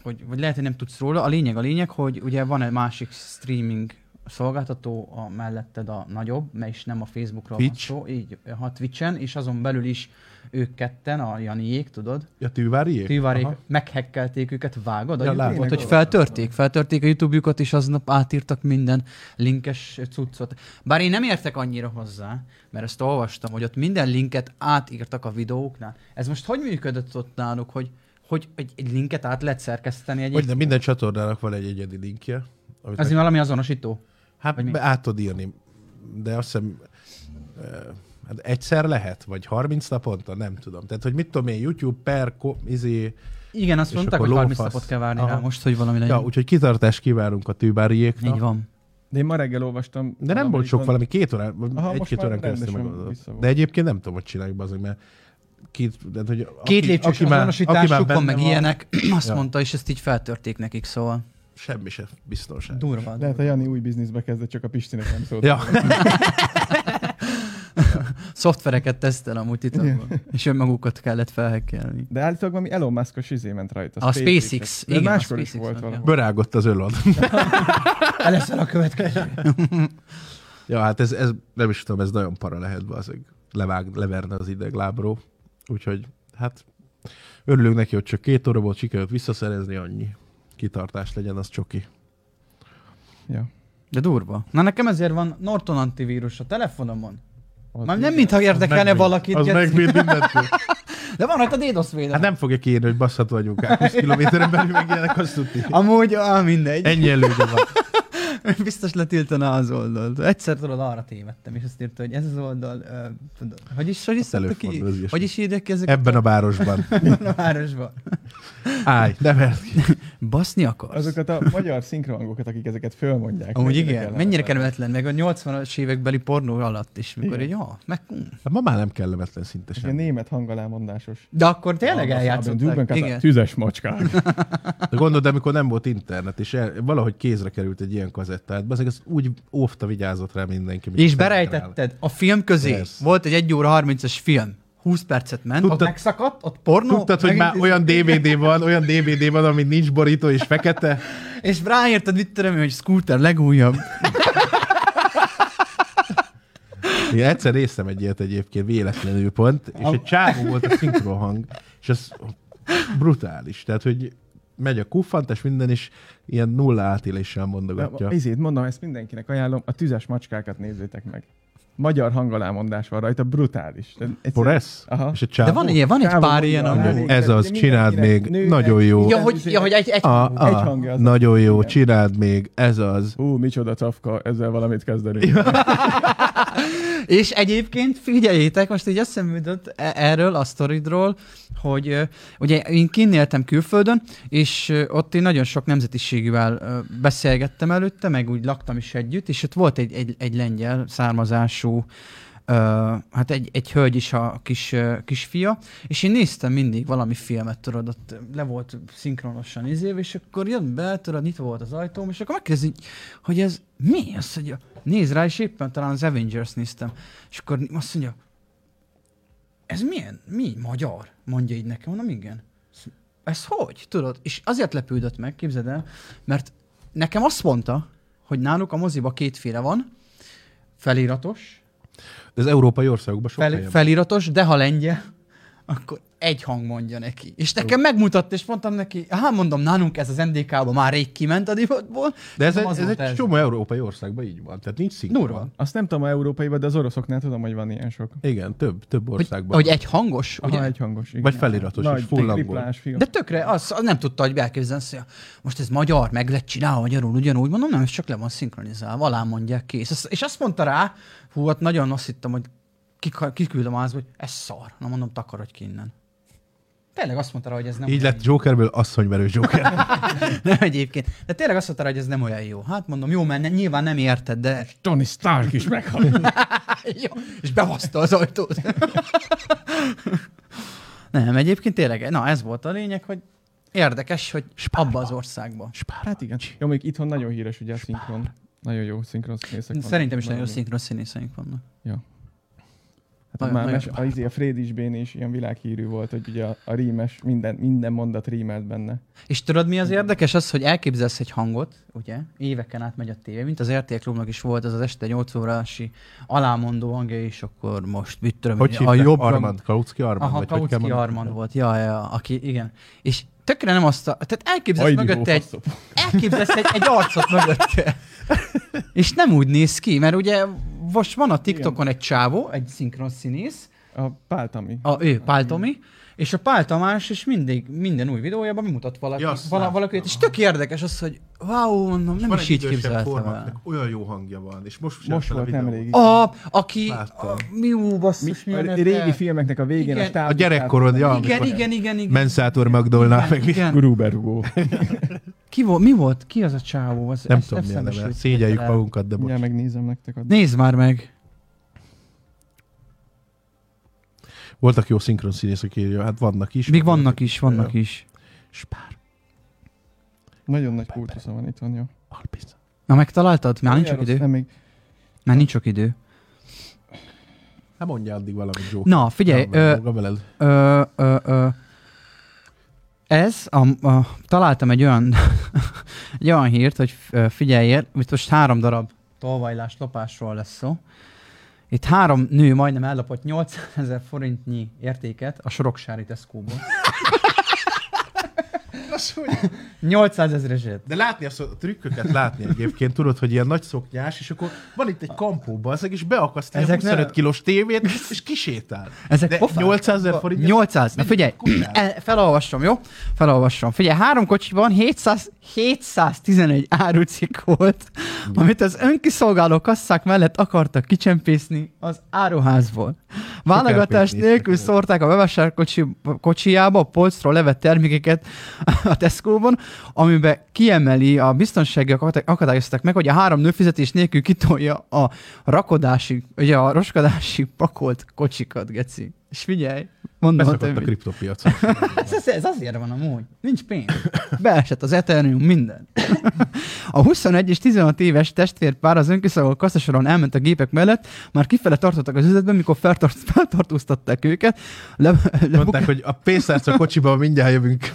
hogy vagy lehet, hogy nem tudsz róla. A lényeg a lényeg, hogy ugye van egy másik streaming szolgáltató a melletted a nagyobb, mert is nem a Facebookról van Twitch? szó, így a Twitchen, és azon belül is ők ketten, a Janiék, tudod, Ja, Tűváriék? Tűvarék, Aha. meghekkelték őket, vágod a Ja, ja, látom. YouTube-ot, hogy feltörték, feltörték a YouTube-jukat, és aznap átírtak minden linkes cuccot. Bár én nem értek annyira hozzá, mert ezt olvastam, hogy ott minden linket átírtak a videóknál. Ez most hogy működött ott náluk, hogy, hogy egy, egy linket át lehet szerkeszteni egy... Hogy nem, minden csatornának van egy egyedi linkje. Amit Azért meg, valami azonosító. vagy hát mi? be át tud írni. De azt hiszem, ö, hát egyszer lehet, vagy 30 naponta, nem tudom. Tehát, hogy mit tudom én, YouTube per, ko, izé, Igen, azt És mondták, akkor hogy 30 lófasz. napot kell várni Aha. rá most, hogy valami legyen. ja, úgyhogy kitartást kívánunk a tűváriéknak. Így van. De én ma reggel olvastam. De nem volt valamelyik sok, van- valami két órán, vagy Aha, most egy-két már órán keresztül rendesen megoldott. vissza volt. De egyébként nem tudom, hogy csinálják bazeg, mert két, tehát, hogy Két lépcsős már- azonosításuk benne van, meg ilyenek. Azt Ja. mondta, és ezt így feltörték nekik, szóval Semmi se biztonság. durva. Lehet, a Jani új bizniszbe kezdett, csak a Pistinek nem szólt. Ja, szoftvereket tesztel amúgy titokban, és önmagukat kellett felhekkelni. De állítólag valami Elon Muskos izé ment rajta. A SpaceX, De igen, a máskor is SpaceX-nek, volt ja. valami. börágott az ölad. Eleszel a következő. Ja, hát ez, ez, nem is tudom, ez nagyon para lehet, bazeg. Levág, leverne az ideg lábról. Úgyhogy, hát örülünk neki, hogy csak két óra volt, sikerült visszaszerezni annyi kitartás legyen, az csoki. Ja. De durva. Na nekem ezért van Norton antivírus a telefonomon. Az Már nem mintha érdekelne valakit, Az geci. megvéd mindentől. de van rajta DDoS védelem. Hát nem fogja kiírni, hogy basszható vagyunk 20 kilométeren belül, meg ilyenek, azt tudni. Amúgy, ah, mindegy. Ennyi előnye van. Biztos letiltaná az oldalt. Egyszer tudod, arra tévedtem, és azt írta, hogy ez az oldal, ö, tudod, hogy is, hogy is szoktak előfordul ki, az ilyesmi. hogy is írják ki ezek Ebben a városban. ebben a városban. Állj, ne verd ki. Baszni akarsz? Azokat a magyar szinkrohangokat, akik ezeket fölmondják. Amúgy mennyire igen, kellemetlen. mennyire kellemetlen, meg a 80-as évekbeli pornó alatt is, mikor Igen. így, ah, meg... mm. Hát Ma már nem kellemetlen szinte És Ilyen sem. német hangalámondásos. De akkor tényleg Hangos Abendülben eljátszották. kata- Igen. Tüzes macskák. De gondolod, amikor nem volt internet, és el, valahogy kézre került egy ilyen kazettát, ezek az úgy óvta vigyázott rá mindenki. mint És a berejtetted a film közé. Persze. Volt egy 1 óra 30-as film. 20 percet ment, Tudtad- ott megszakadt, ott pornó, Tudtad, hogy megint- már olyan DVD van, olyan DVD van, ami nincs borító és fekete? és ráérted, mit tudom én, hogy Scooter legújabb. Igen, egyszer néztem egy ilyet egyébként, véletlenül pont, és egy csávó volt a szinkrohang, és az brutális. Tehát, hogy megy a kuffantás minden, és ilyen nulla átéléssel mondogatja. Ezért mondom, ezt mindenkinek ajánlom, a tüzes macskákat nézzétek meg. Magyar hangolámondás van rajta, brutális. Tehát egyszerűen- Poresz? Aha. És a csávó. De van, ilyen, van egy Távol pár ilyen, van. ami... Igen. Ez az, csináld még, nagyon jó. Ja, hogy, ja, hogy egy, egy A, hangú. a, Egy hangja az. nagyon jó, Igen. csináld még, ez az. Hú, micsoda cafka, ezzel valamit kezdeni. És egyébként figyeljétek, most így eszembe jutott e- erről a sztoridról, hogy ö, ugye én kinnéltem külföldön, és ö, ott én nagyon sok nemzetiségűvel ö, beszélgettem előtte, meg úgy laktam is együtt, és ott volt egy, egy, egy lengyel származású, ö, hát egy, egy hölgy is a kis, ö, kisfia, és én néztem mindig valami filmet, tudod, ott le volt szinkronosan izév, és akkor jön be, tudod, nyitva volt az ajtóm, és akkor megkérdezi, hogy ez mi az, hogy a... néz rá, és éppen talán az Avengers néztem, és akkor azt mondja, ez milyen, mi, magyar? Mondja így nekem, mondom, igen. Azt mondja, Ez hogy? Tudod? És azért lepődött meg, képzeld el, mert nekem azt mondta, hogy náluk a moziba kétféle van, feliratos, De az európai országokban sok fel, Fel, feliratos, de ha lengyel, akkor egy hang mondja neki. És nekem megmutatta, és mondtam neki, hát mondom, nálunk ez az NDK-ba már rég kiment a divatból. De ez, Mondom, ez, az volt egy csomó európai országban így van, tehát nincs szinkron. Durva. Azt nem tudom a európaiban, de az oroszoknál tudom, hogy van ilyen sok. Igen, több, több Hogy, országban. hogy e- egy hangos, Aha, ugye? egy hangos. Igen. Vagy feliratos, és full angol. triplás film. De tökre, az, az nem tudta, hogy elképzelni, azt mondja, most ez magyar, meg lett csinálva magyarul, ugyanúgy mondom, nem, ez csak le van szinkronizálva, alá mondják, kész. Azt- És azt mondta rá, hú, hát nagyon azt hittem, hogy kik- kiküldöm az, hogy ez szar. Na mondom, takarodj ki innen. Tényleg azt mondta rá, hogy ez nem Így olyan lett Jokerből asszonyverő Joker. Nem egyébként. De tényleg azt mondta, rá, hogy ez nem olyan jó. Hát mondom, jó, mert ne- nyilván nem érted, de... Tony Stark is meghalt. jó, és behozta az ajtót. nem, egyébként tényleg, na ez volt a lényeg, hogy érdekes, hogy abba az országba. hát igen. Jó, még itthon nagyon híres ugye a szinkron. Nagyon jó szinkron színészek vannak. Szerintem is nagyon jó Nagyon- szinkron színészeink vannak. Hát Nagyon- már nagyon mes, a, izé, a Fredis Bén is ilyen világhírű volt, hogy ugye a, a rímes, minden, minden mondat rímelt benne. És tudod, mi az érdekes? Az, hogy elképzelsz egy hangot, ugye, éveken át megy a tévé, mint az RTL klubnak is volt az az este 8 órási alámondó hangja, és akkor most mit tudom, Hogy én, a hívták? jobb Armand, Kautsky Armand? Aha, vagy hogy kell Kautsky mondani? Armand volt, ja, ja, ja, aki, igen. És tökre nem azt a... Tehát elképzelsz Ajdi, mögötte egy, hófaszop. elképzelsz egy, egy arcot mögötte. És nem úgy néz ki, mert ugye most van a TikTokon egy csávó, egy szinkron színész, A Páltami. a ő Pál Tomi, és a Pál Tamás is mindig, minden új videójában bemutat valaki, Ja, ja, azt vala, láttam. valakit, és tök érdekes az, hogy wow, mondom, nem Van is egy így idősebb képzeltem kormánynak el. Olyan jó hangja van, és most, sem Most fel a volt videó. nemrég. A, aki, Láttam. a, mi ú, basszus, mi, A a neve? régi filmeknek a végén Igen. a stáb. A gyerekkorod, ja, Igen, igen, igen, igen. Menszátor Magdolna, meg mi? igen. Gruberugó. Ki volt, mi volt? Ki az a csávó? Az, Nem ezt tudom, mi a neve. szembesült Szégyeljük vele. magunkat, de bocs. Mindjárt megnézem nektek. A... Nézd már meg. Voltak jó szinkron színészek, írja, hát vannak is. Még vannak is, vannak is. Spár, Nagyon nagy kultusza van itt van, jó. Alpiz. Na, megtaláltad? Már nincs sok Olyan rossz, idő. Nem, még Már nincs sok idő. Hát mondja addig valamit, Joker. Na, figyelj, Nem, ö, maga veled. ö, ö, ö, ez, a, a, találtam egy olyan, egy olyan hírt, hogy ö, figyeljél, itt most három darab tolvajlás lopásról lesz szó. Itt három nő majdnem ellopott 800 ezer forintnyi értéket a Soroksári Tesco-ból. 800 ezereset. De látni azt a trükköket, látni egyébként, tudod, hogy ilyen nagy szoknyás, és akkor van itt egy kampó, bazzeg, és beakaszt egy Ezek 25 nem- kilós tévét, és kisétál. Ezek De pofák. 800 ezer forint. 800. Na figyelj, Kutya. el- felolvasom, jó? Felolvasom. Figyelj, három kocsiban 700, 711 árucikk volt, Mhm. amit az önkiszolgáló kasszák mellett akartak kicsempészni az áruházból. Válogatás Sikerpécnéztek nélkül ők. szórták a bevásár kocsi, kocsijába a polcról levett termékeket a Tesco-ban, amiben kiemeli a biztonsági akadály- akadályozták meg, hogy a három nő fizetés nélkül kitolja a rakodási, ugye a roskadási pakolt kocsikat, geci. És figyelj, mondom a Beszakadt a többit. kriptopiacon. Ez, ez, ez azért van amúgy. Nincs pénz. Beesett az Ethereum, minden. A 21 és 16 éves testvérpár az önkiszolgáló kaszasoron elment a gépek mellett, már kifele tartottak az üzletben, mikor feltart, feltartóztatták őket, le, le, Mondták, hogy a pénztárca kocsiban mindjárt jövünk.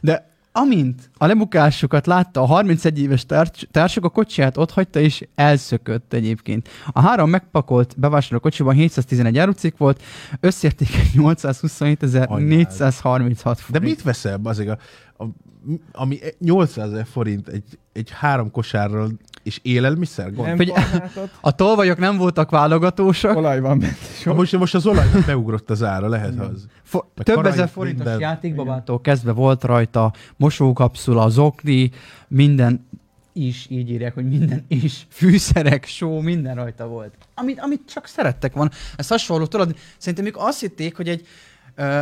de Amint a lebukásukat látta a 31 éves társ- társuk, a kocsiját ott hagyta és elszökött egyébként. A három megpakolt bevásárló kocsiban 711 árucikk volt, összértéke 827.436 De forint. mit veszel azért, a, a, ami 800 ezer forint egy, egy három kosárral és élelmiszer gond? Nem Figy- farhátott, A tolvajok nem voltak válogatósak, olaj van bent. Sok. Most, most az olaj beugrott az ára, lehet az. Fo- Meg több karanyok, ezer forintos minden. játékbabától kezdve volt rajta mosókapszula, zokni, minden is, így írják, hogy minden is, fűszerek, só, minden rajta volt. Amit, amit csak szerettek volna. Ez hasonló, tudod, szerintem ők azt hitték, hogy egy ö,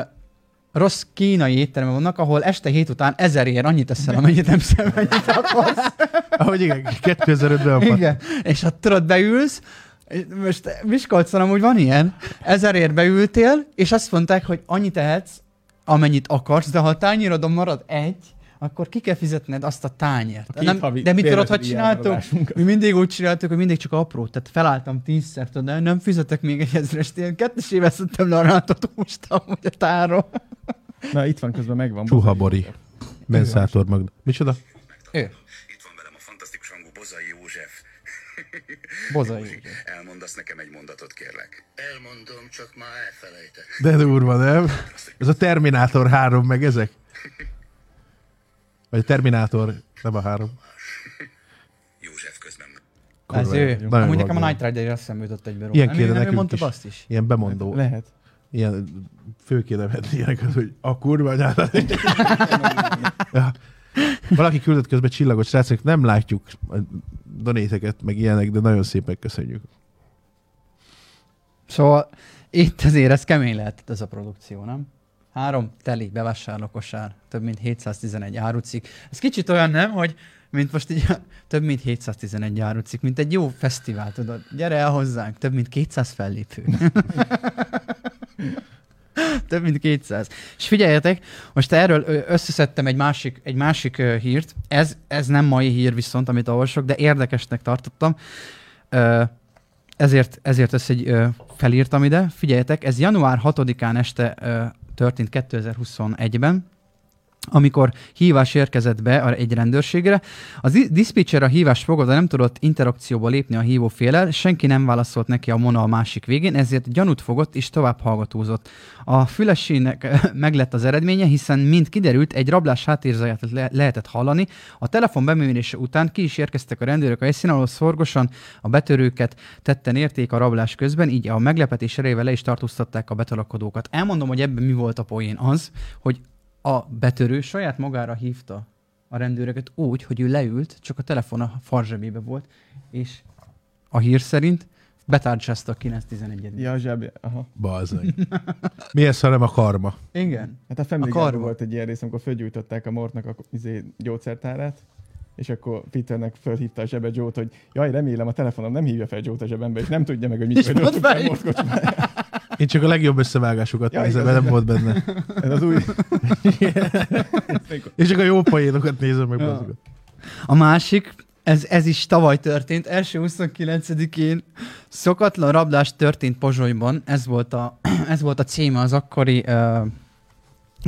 rossz kínai étterem vannak, ahol este hét után ezerért annyit eszel, amennyit nem szem, annyit akarsz. Ahogy igen, 2005-ben apadt. Igen. És ott tudod, beülsz, és most Miskolcon amúgy van ilyen, ezerért beültél, és azt mondták, hogy annyit ehetsz, amennyit akarsz, de ha a tányérodon marad egy, akkor ki kell fizetned azt a tányért. A két nem, havi de mit tudod, hogy bérleti csináltuk? elmaradásunkat. Mi mindig úgy csináltuk, hogy mindig csak apró. Tehát felálltam tízszer, tudod, de nem fizetek még egy ezerest. Én kettes éve szedtem le a rántot, húztam, hogy a táról. Na, itt van, közben megvan. Csuhabori. Menszátor Magda. Micsoda? Ő, Itt van velem a fantasztikus hangú Bozai József. bozai. Elmondasz nekem egy mondatot, kérlek. Elmondom, csak már elfelejtettem. De durva, nem? Ez a Terminátor 3, meg ezek? Vagy a Terminátor, nem a 3. József közben Ez ő. jó. Nagyon Amúgy nekem jó. a Night Rider azt szemült ott egyben. róla. Ilyen Nem, kéne nem, ő nekünk mondta is. azt is. Ilyen bemondó. Lehet. Ilyen fő kéne venni ilyeneket, hogy a kurva anyád. ja. Valaki küldött közben csillagot, srácok, nem látjuk a donéteket, meg ilyenek, de nagyon szépen köszönjük. Szóval itt azért ez kemény lehetett ez a produkció, nem? Három teli bevásárlókosár, több mint 711 árucik. Ez kicsit olyan, nem, hogy mint most így, több mint 711 árucik, mint egy jó fesztivál, tudod. Gyere el hozzánk, több mint 200 fellépő. több mint 200. És figyeljetek, most erről ö, összeszedtem egy másik, egy másik ö, hírt. Ez, ez nem mai hír viszont, amit olvasok, de érdekesnek tartottam. Ö, ezért, ezért ezt egy ö, felírtam ide. Figyeljetek, ez január 6-án este ö, történt 2021-ben, amikor hívás érkezett be a- egy rendőrségre. A di- dispatcher a hívás fogadva nem tudott interakcióba lépni a hívófélel, senki nem válaszolt neki a mona a másik végén, ezért gyanút fogott és tovább hallgatózott. A fülesének meglett az eredménye, hiszen mint kiderült, egy rablás háttérzaját le- lehetett hallani. A telefon bemérése után ki is érkeztek a rendőrök a helyszínen, ahol szorgosan a betörőket tetten érték a rablás közben, így a meglepetés erejével le is tartóztatták a betalakodókat. Elmondom, hogy ebben mi volt a poén az, hogy a betörő saját magára hívta a rendőröket úgy, hogy ő leült, csak a telefon a farzsebébe volt, és a hír szerint betárcsázta a 911-et. Ja, a zsebje. Aha. Bazd Mi ez, ha nem a karma? Igen. Hát a Family A Guy-ban karma. volt egy ilyen rész, amikor fölgyújtották a Mortnak a izé, gyógyszertárát, és akkor Peternek fölhívta a zsebe Joe-t, hogy jaj, remélem a telefonom nem hívja fel joe a zsebembe, és nem tudja meg, hogy mit És hagyott ott a beírt. Mort kocsmájában. Én csak a legjobb összevágásokat Ja, ja, nézem, igaz, mert nem igaz. volt benne. Ez az új... És csak a jó poénokat nézem meg. Ja. Ja. A másik, ez, ez is tavaly történt, első 29-én szokatlan rablás történt Pozsonyban, ez volt a, ez volt a címe az akkori ö,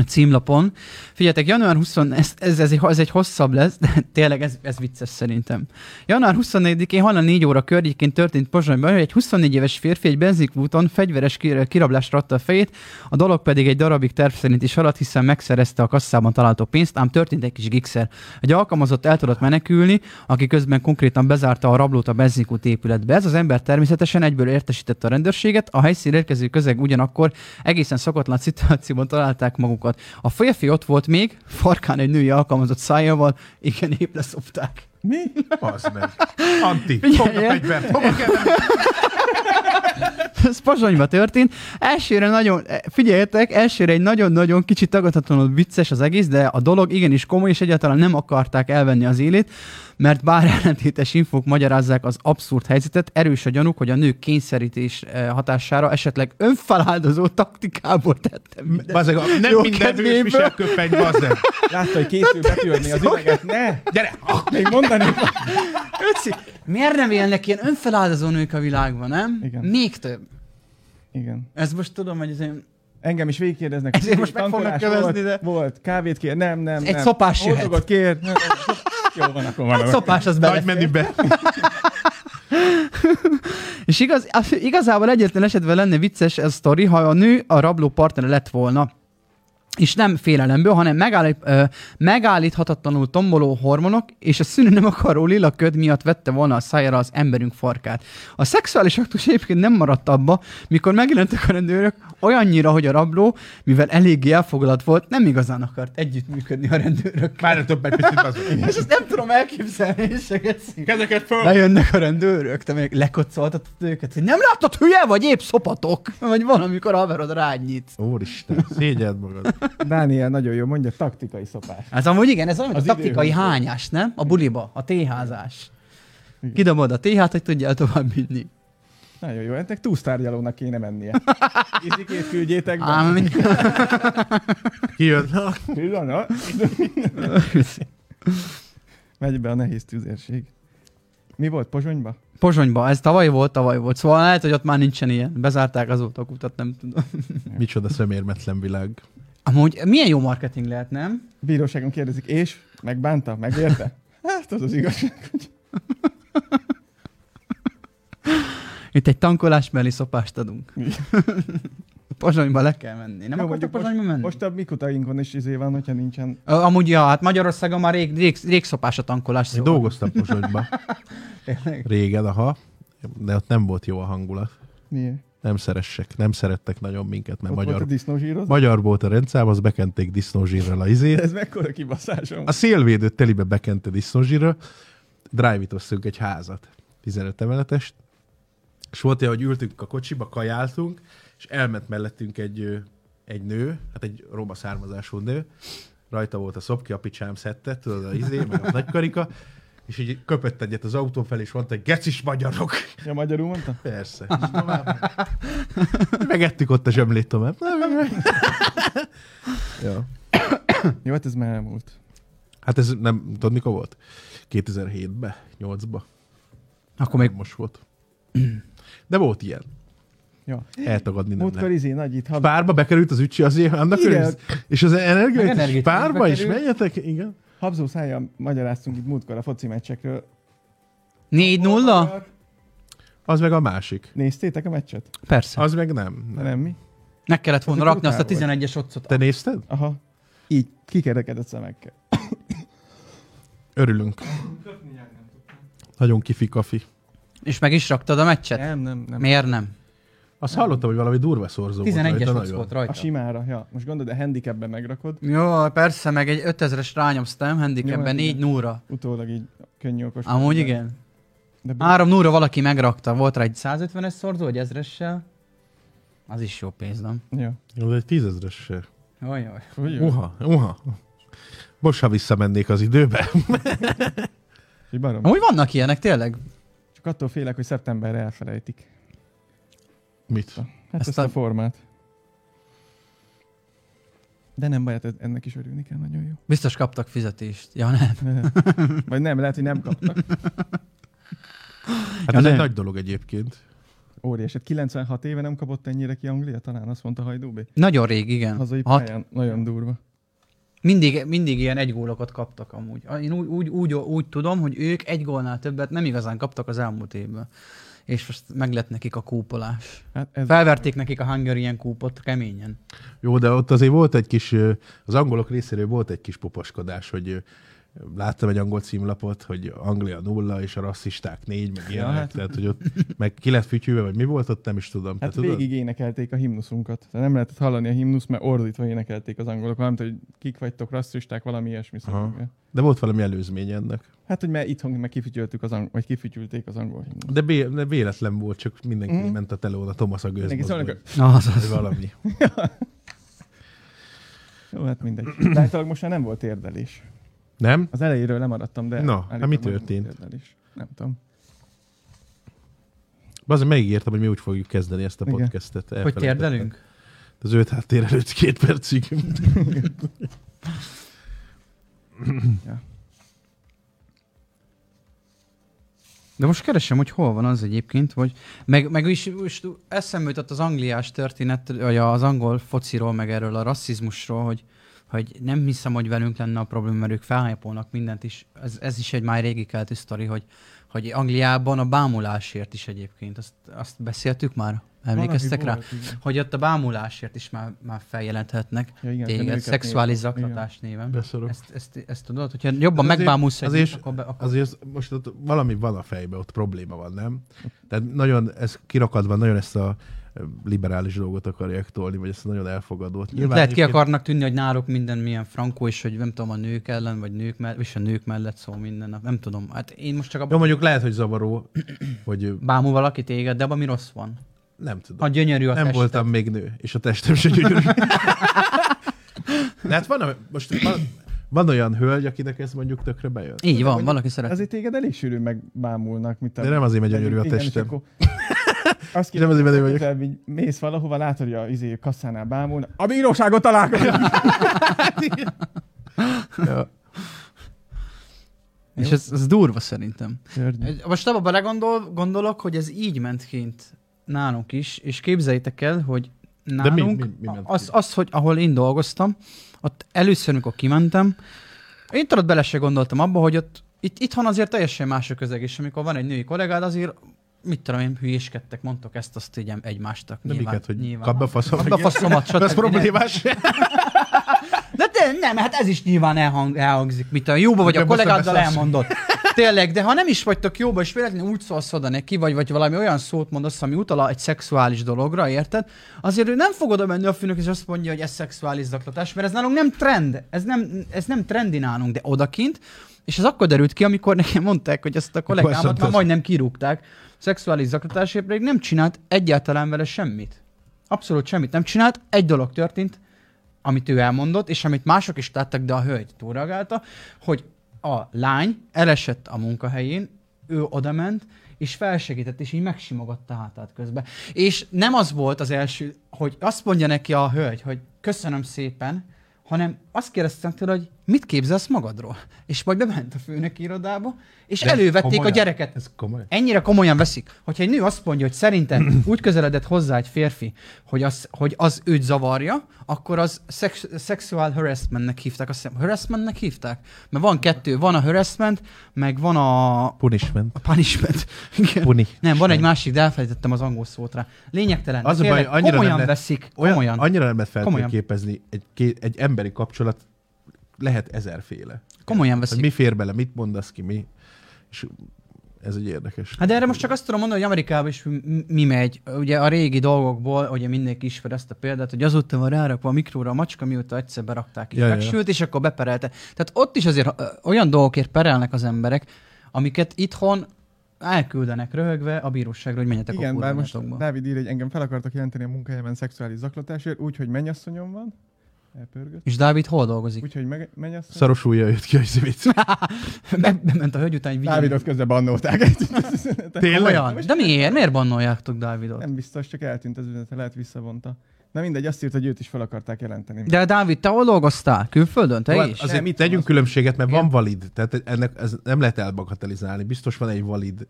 címlapon. Figyeljetek, január 20, ez, ez, ez, egy, ez egy hosszabb lesz, de tényleg ez, ez vicces szerintem. Január 24-én hajnal 4 óra környékén történt Pozsonyban, hogy egy 24 éves férfi egy benzinkúton fegyveres ki- kirablásra adta a fejét, a dolog pedig egy darabig terv szerint is haladt, hiszen megszerezte a kasszában található pénzt, ám történt egy kis gigszer. Egy alkalmazott el tudott menekülni, aki közben konkrétan bezárta a rablót a benzinkút épületbe. Ez az ember természetesen egyből értesítette a rendőrséget, a helyszínre érkező közeg ugyanakkor egészen szokatlan szituációban találták magukat. A férfi ott volt még, farkán egy női alkalmazott szájával, igen, épp leszopták. Mi? Bazd meg. Anti, Figyelj, fogd a ilyen- fegyvert, fogd a kezed. ez Pozsonyba történt. Elsőre nagyon, eh, figyeljetek, elsőre egy nagyon-nagyon kicsit tagadhatatlanul vicces az egész, de a dolog igenis komoly, és egyáltalán nem akarták elvenni az élét, mert bár ellentétes infók magyarázzák az abszurd helyzetet, erős a gyanúk, hogy a nők kényszerítés eh, hatására esetleg önfeláldozó taktikából tette mindezt. Bazd meg, a- nem Jó minden hős kedvéből. visel köpeny, bazd meg. Látta, hogy készül betűrni az üveget. Ne! Gyere! Még mondani? Öci, Miért nem élnek ilyen önfeláldozó nők a világban, nem? Igen. Még több. Igen. Ez most tudom, hogy ez én... Engem is végigkérdeznek. Ezért "Figyelj, most meg fognak tankolás kövezni, volt, Volt, kávét kér, nem, nem, Egy nem. szopás jöhet. Ortogot kér. nem, nem. Jó van, akkor van. Szopás az Nagy bele. menübe. És igaz, az- igazából egyetlen esetben lenne vicces ez a sztori, ha a nő a rabló partnere lett volna. És nem félelemből, hanem megállít, ö, megállíthatatlanul tomboló hormonok, és a szülő nem akaró lila köd miatt vette volna a szájára az emberünk farkát. A szexuális aktus egyébként nem maradt abba, mikor megjelentek a rendőrök, olyannyira, hogy a rabló, mivel eléggé elfoglalt volt, nem igazán akart együttműködni a rendőrök. Már több egy picit az. És ezt nem tudom elképzelni, és egészen. Kezeket föl! Bejönnek a rendőrök, te még lekocoltatod őket, hogy nem látod, hülye vagy, épp szopatok, vagy van, amikor haverod rányít. Úristen, szégyeld magad. Dániel nagyon jó mondja, taktikai szopás. Ez Hát amúgy igen, ez olyan, mint a Az taktikai időhöz. hányás, nem? A buliba, a téházás. Kidobod a téhát, hogy tudjál tovább vinni. Nagyon jó, ennek túlsztárgyalónak kéne mennie. Izikét küldjétek be. Ám, Kijön. Na, Pillanat. Megy be a nehéz tüzérség. Mi volt Pozsonyba? Pozsonyba, ez tavaly volt, tavaly volt. Szóval lehet, hogy ott már nincsen ilyen. Bezárták azóta a kutat, nem tudom. Micsoda szemérmetlen világ. Amúgy milyen jó marketing lehet, nem? Bíróságon kérdezik, és megbánta, megérte? Hát az az igazság. hogy- Itt egy tankolás mellé szopást adunk. Pozsonyba le kell menni. Nem Jó, akartok mondjuk Pozsonyba menni? Most a Mikutainkon is izé van, hogyha nincsen. Ö, Amúgy, ja, hát Magyarországon már rég, rég, rég szopás a tankolás. Én Szóval. dolgoztam Pozsonyba. Régen, aha. De ott nem volt jó a hangulat. Miért? Nem szeressek, nem szerettek nagyon minket, mert Ott volt a magyar, disznózsírozó? magyar volt a rendszám, az bekenték disznózsírral a izét. Ez mekkora kibaszásom. A szélvédőt telibe bekente disznózsira, drive-itoztunk egy házat, 15 emeletest, és volt olyan, hogy ültünk a kocsiba, kajáltunk, és elment mellettünk egy, ö, egy nő, hát egy roma származású nő, rajta volt a szopki, a picsám szettet, tudod, az izé, meg a nagykarika, és így köpött egyet az autó felé, és mondta, hogy gecis magyarok. Ja, magyarul mondta? Persze. És tovább. Megettük ott a zsömlét tovább. ja. Jó, hát ez már elmúlt. Hát ez nem, tudod mikor volt? 2007-ben, 8-ban, Akkor még most volt. De volt ilyen. Ja. Eltagadni nem Múltkor lehet. izé nagy itt hab- Párba bekerült az ücsi azért, annak Igen. örülsz. És az Meg energia is energiát párba is bekerült. menjetek, igen. habzó szájjal magyaráztunk itt múltkor a foci meccsekről. 4-0? Az meg a másik. Néztétek a meccset? Persze. Az meg nem. Na, nem mi? Meg kellett volna Hát Azok rakni azt a után 11-es otcot. Te nézted? Aha. Így kikerekedett szemekkel. Örülünk. Nagyon kifikafi. És meg is raktad a meccset? Nem, nem, nem. Miért nem? Azt hallottam, hogy valami durva szorzó volt rajta, 11-es otc nagyon. volt A rajta. simára, ja. Most gondolod, a handicapben megrakod, Jó, persze, meg egy 5000-es rányomztam handicapben Jó, 4 0 utólag így könnyű okos. Amúgy de- igen. De, de 3 0 valaki megrakta. Volt rá egy 150-es szorzó, egy 1000-essel. Az is jó pénz, nem? ja. Az egy tízezres. eh, Jaj, jaj. Úgy jó. Uha, uha. Most, ha visszamennék az időbe. Így barom. Amúgy vannak ilyenek, tényleg. Csak attól félek, hogy szeptemberre elfelejtik. Mit? Hát Ezt ezt, a- a... formát. De nem baj, hát ez- ennek is örülni kell, nagyon jó. Biztos kaptak fizetést. Ja, nem. Vagy nem, lehet, hogy nem kaptak. Hát Ja, ez nem. egy nagy dolog egyébként. Óriás, hát 96 éve nem kapott ennyire ki Anglia, talán azt mondta Hajdúbi. Nagyon rég, igen. Hazai Hat, pályán, nagyon durva. Mindig, mindig ilyen egy gólokat kaptak amúgy. Én úgy, úgy, úgy, úgy tudom, hogy ők egy gólnál többet nem igazán kaptak az elmúlt évben. És most meg lett nekik a kúpolás. Hát ez... Felverték nekik a Hungarian kúpot keményen. Jó, de ott azért volt egy kis, ö, az angolok részéről volt egy kis poposkodás, hogy ö, láttam egy angol címlapot, hogy Anglia nulla, és a rasszisták négy, meg ilyenek, hát. tehát hogy ott meg ki lett fütyülve, vagy mi volt ott, nem is tudom. Hát te tudod? végig énekelték a himnuszunkat. Tehát nem lehetett hallani a himnuszt, mert ordítva énekelték az angolok, valamint, hogy kik vagytok, rasszisták, valami ilyesmi Aha. szóval. De volt valami előzmény ennek. Hát, hogy mert itthon meg kifütyültük az angol, vagy kifütyülték az angol himnuszt. De, bé- de véletlen volt, csak mindenki Mhm. ment a telón, a Thomas a Mindenki szólnak, hogy gőzmozdon. Azaz. valami. jó, hát mindegy. De általában most már nem volt érdelés. Nem? Az elejéről lemaradtam, de... Na, állítólag hát mi nem volt történt? Érdelés. Nem tudom. Azért megígértem, hogy mi úgy fogjuk kezdeni ezt a Igen. podcastet. Hogy Elfelejtettem. térdelünk? Az öt háttér előtt két percig. Ja. De most keresem, hogy hol van az egyébként, hogy meg, meg is, most eszembe jutott az angliás történet, vagy az angol fociról, meg erről a rasszizmusról, hogy, hogy nem hiszem, hogy velünk lenne a probléma, mert ők felhájpolnak mindent is. Ez, ez is egy már régi keletű sztori, hogy, hogy Angliában a bámulásért is egyébként. Azt, azt beszéltük már? Emlékeztek rá? Valaki volt, igen. Hogy ott a bámulásért is már, már feljelenthetnek Ja, igen, a téged nőket szexuális néven. zaklatás néven. Beszorok. Ezt, ezt, ezt tudod? Hogyha jobban Hát azért- megbámulsz egy azért- nőt, akkor, be, akkor Azért az- most ott valami van a fejben, ott probléma van, nem? Tehát nagyon ez kirakadva, nagyon ezt a liberális dolgot akarják tolni, vagy ezt a nagyon elfogadót. Nyilván lehet hát ki egyébként- akarnak tűnni, hogy náluk minden milyen frankó, és hogy nem tudom, a nők ellen, vagy nők mellett, és a nők mellett szól minden nap. Nem tudom. Hát én most csak Jó, abban mondjuk lehet, hogy zavaró, hogy bámul valaki téged, de abban mi rossz van? nem tudom. Ha gyönyörű a nem tested. voltam még nő, és a testem se gyönyörű. De hát van, a- most van, van olyan hölgy, akinek ez mondjuk tökre bejön. Így van, valaki szeret. Azért téged elég sűrűn megbámulnak. Mit a... De nem azért, mert gyönyörű a Igen, és testem. akkor- Azt Nem azért, mert ő vagyok. képzeled, Így mész valahova, látod, hogy a izé, kasszánál bámulnak. A bíróságot találkozom! Ja. És ez, ez durva szerintem. Szörnyű. Most abba belegondol, gondolok, hogy ez így ment kint nálunk is, és képzeljétek el, hogy mi- nálunk, mi- mi ment az, kint? az, hogy ahol én dolgoztam, ott először, mikor kimentem, én tudod, bele se gondoltam abba, hogy ott itt, itthon azért teljesen más a közeg, és amikor van egy női kollégád, azért mit tudom én, hülyéskedtek, mondtok ezt, azt így egymástak. De nyilván, miket, hogy nyilván. kap be faszom. Kapd be faszomat, stb. Ez problémás. De te, nem, hát ez is nyilván elhang, elhangzik, mit a jóba vagy Ja, a most kollégáddal nem beszélsz. elmondod. Tényleg, de ha nem is vagytok jóba, és véletlenül úgy szólsz oda neki, vagy, vagy valami olyan szót mondasz, ami utal egy szexuális dologra, érted? Azért ő nem fog oda menni a főnök, és azt mondja, hogy ez szexuális zaklatás, mert ez nálunk nem trend, ez nem, ez nem trendi nálunk, de odakint, és ez akkor derült ki, amikor nekem mondták, hogy ezt a kollégámat már mondtad? majdnem kirúgták, szexuális zaklatásért pedig nem csinált egyáltalán vele semmit. Abszolút semmit nem csinált, egy dolog történt, amit ő elmondott, és amit mások is láttak, de a hölgy túlragálta, hogy a lány elesett a munkahelyén, ő odament, és felsegített, és így megsimogatta hátát közben. És nem az volt az első, hogy azt mondja neki a hölgy, hogy köszönöm szépen, hanem azt kérdeztem tőle, hogy mit képzelsz magadról? És majd bement a főnök irodába, és De ez elővették komolyan? a gyereket. Ez komoly. Ennyire komolyan veszik, hogyha egy nő azt mondja, hogy szerintem úgy közeledett hozzá egy férfi, hogy az, hogy az őt zavarja, akkor az szex, sexual harassmentnek hívták. Azt hiszem, harassmentnek hívták? Mert van kettő, van a harassment, meg van a, a Punishment. punishment. Igen. Puni. Nem, van egy másik, de elfelejtettem az angol szót rá. Lényegtelen. Az a Tényleg, baj, annyira komolyan nem- veszik, Olyan, komolyan. annyira nem lehet Komolyan. feltérképezni, egy, ké- egy emberi kapcsolat lehet ezerféle. komolyan veszik. Hogy mi fér bele, mit mondasz ki, mi. És ez egy érdekes. Hát de erre most csak azt tudom mondani, hogy Amerikában is mi, mi megy. Ugye a régi dolgokból, ugye mindenki ismer ezt a példát, hogy azóta van rárakva a mikróra a macska, mióta egyszer berakták és Ja, ja, ja. megsült, és akkor beperelte. Tehát ott is azért ö, olyan dolgokért perelnek az emberek, amiket itthon elküldenek röhögve a bíróságra, hogy menjetek Igen, a bár most kurvanyatokba. Dávid ír, hogy engem fel akartak jelenteni a munkahelyemen szexuális zaklatásért, úgyhogy mennyasszonyom van, elpörgött, És Dávid hol dolgozik? úgyhogy meg, mennyasszony... Szaros ujjal jött ki a zivit. Be, bement a hölgy után, hogy Dávidot közben bannolták egy Olyan. De miért? Miért bannoljátok Dávidot? Nem biztos, csak eltűnt az üzenete, lehet visszavonta. Na mindegy, azt írt, hogy őt is fel akarták jelenteni. De Dávid, te hol dolgoztál? Külföldön? Te Van- is? Szóval Azért Nem, mit itt tegyünk van különbséget, mert van Igen. valid, tehát ennek ez nem lehet elbagatelizálni. Biztos van egy valid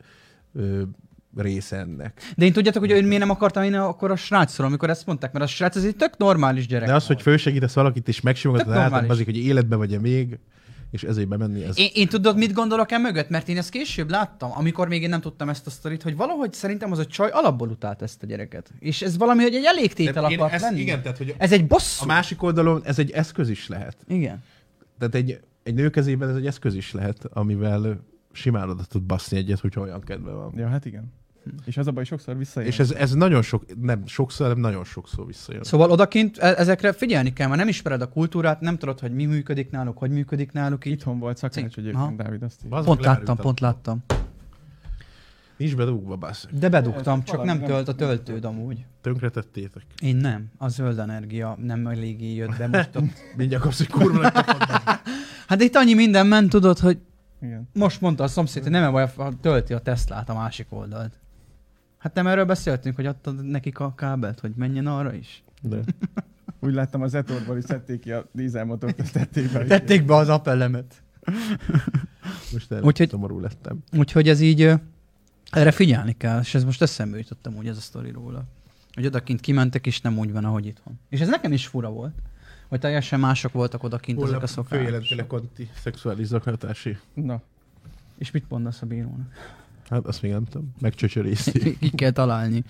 ö, része ennek. De én tudjátok, hogy én miért nem akartam én akkor a srácról, amikor ezt mondták, mert a srác ez egy tök normális gyerek. De az, hogy fölsegítesz valakit és megsimogatod a Tök hátad, normális. azik, hogy életbe vagy-e még, és ezért bemenni, ez Én, én tudod, mit gondolok e mögött? Mert én ezt később láttam, amikor még én nem tudtam ezt a sztorit, hogy valahogy szerintem az a csaj alapból utált ezt a gyereket. És ez valami, hogy egy elégtétel De én akart ezt- lenni. igen, tehát, hogy Ez egy bosszú. A másik oldalon ez egy eszköz is lehet. Igen. Tehát egy, egy nő kezében ez egy eszköz is lehet, amivel simán oda tud baszni egyet, hogyha olyan kedve van. Ja, hát igen. És az a baj, sokszor visszaél. Hm. És ez, ez nagyon sok, nem sokszor, hanem nagyon sokszor visszajön. Szóval odakint e- ezekre figyelni kell, mert nem ismered a kultúrát, nem tudod, hogy mi működik náluk, hogy működik náluk. Így. Itthon volt szakács, hogy Aha. egyébként Dávid azt írja. Bazd meg, Pont láttam, lemerültem. pont láttam. Nincs bedugva, bassz. De bedugtam, csak valami nem nem- tölt a töltőd amúgy. Tönkretettétek. Én nem. A zöld energia nem eléggé jött be most. ott. Mindjárt kapsz egy kurva nagy pofont. Hát itt annyi minden ment, tudod, hogy Igen. Most mondta a szomszéd, hogy nem baj, ha tölti a Teslát a másik oldalt. Hát nem erről beszéltünk, hogy adtad nekik a kábelt, hogy menjen arra is? De. Úgy láttam az etorból, is szedték ki a dízelmotort, azt tették be. Tették be az apelemet. Most Úgyhogy- Úgyhogy... szomorú lettem. Úgyhogy ez így ö, Erre figyelni kell, és ez most eszembe jutott amúgy ez a sztori róla. Hogy odakint kimentek, és nem úgy van, ahogy itthon. És ez nekem is fura volt, hogy teljesen mások voltak odakint ezek a Holnap szokások. följelentelek antiszexuális zaklatási. Na, És mit mondasz a bírónak? Hát azt még nem tudom. Megcsöcsörészti. Ki kell találni.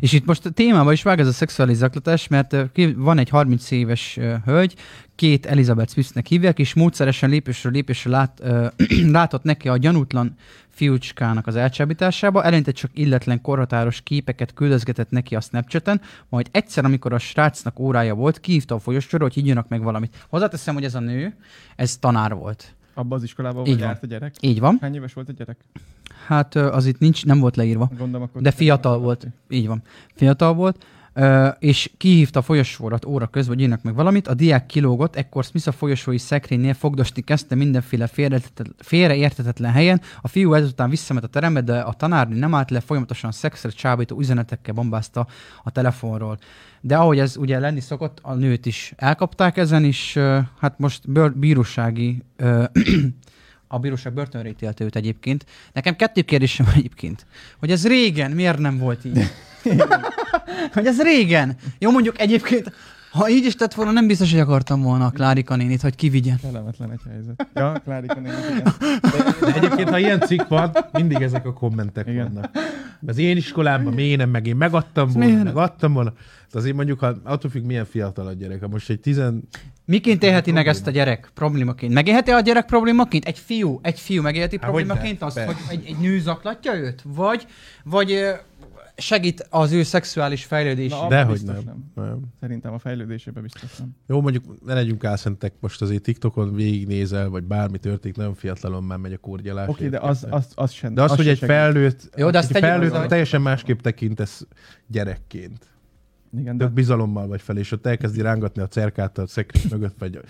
És itt most a témába is vág ez a szexuális zaklatás, mert ö, ki- van egy 30 éves ö, hölgy, két Elizabeth Swissnek hívják, és módszeresen lépésről lépésre lát, ö, látott neki a gyanútlan fiúcskának az elcsábításába, eleinte csak illetlen korhatáros képeket küldözgetett neki a Snapchaten, majd egyszer, amikor a srácnak órája volt, kihívta a folyosóra, hogy higgyanak meg valamit. Hozzáteszem, hogy ez a nő, ez tanár volt. abba az iskolában Így vagy van. járt a gyerek. Így van. Hány éves volt a gyerek? Hát ö, az itt nincs, nem volt leírva. Gondolom akkor... De fiatal volt, így van. Fiatal volt, ö, és kihívta a folyosórat óra közben, hogy írnak meg valamit. A diák kilógott, ekkor Smith a folyosói szekrénynél fogdosni kezdte mindenféle félreértetet- félreértetetlen helyen. A fiú ezután visszament a terembe, de a tanárnő nem állt le, folyamatosan szexre csábító üzenetekkel bombázta a telefonról. De ahogy ez ugye lenni szokott, a nőt is elkapták ezen, és ö, hát most bőr, bírósági ö, a bíróság börtönre ítélte őt egyébként. Nekem kettő kérdésem van egyébként. Hogy ez régen miért nem volt így? hogy ez régen. Jó, mondjuk egyébként, ha így is tett volna, nem biztos, hogy akartam volna a Klárika nénit, hogy kivigyen. Kellemetlen egy helyzet. Ja, Klárika néni, igen. De egyébként, ha ilyen cikk van, mindig ezek a kommentek Igen. Igen. vannak. Az én iskolámban miért nem, meg én megadtam volna, miért nem? megadtam volna. De azért mondjuk, ha attól függ, milyen fiatal a gyerek. Ha most egy tizen... Miként élheti meg ezt a gyerek problémaként? Megélheti a gyerek problémaként? Egy fiú, egy fiú megélheti Há, problémaként Hát hogyne, azt, hogy persze. egy, egy nő zaklatja őt? Vagy, vagy ö, segít az ő szexuális fejlődés? Na, abban Dehogy biztos nem. nem. nem. Szerintem a fejlődésében biztos nem. Jó, mondjuk ne legyünk álszentek, most azért TikTokon végignézel, vagy bármi történik, nagyon fiatalon már megy a kórgyalás. Oké, de Érted? az, az, az sem. De az, az hogy se egy segít. felnőtt, Jó, de azt egy tegyük felnőtt hozzá, hogy- teljesen másképp tekintesz gyerekként. Igen, de Tök bizalommal vagy fel, és ott elkezdi rángatni a cerkát a szekrény mögött, vagy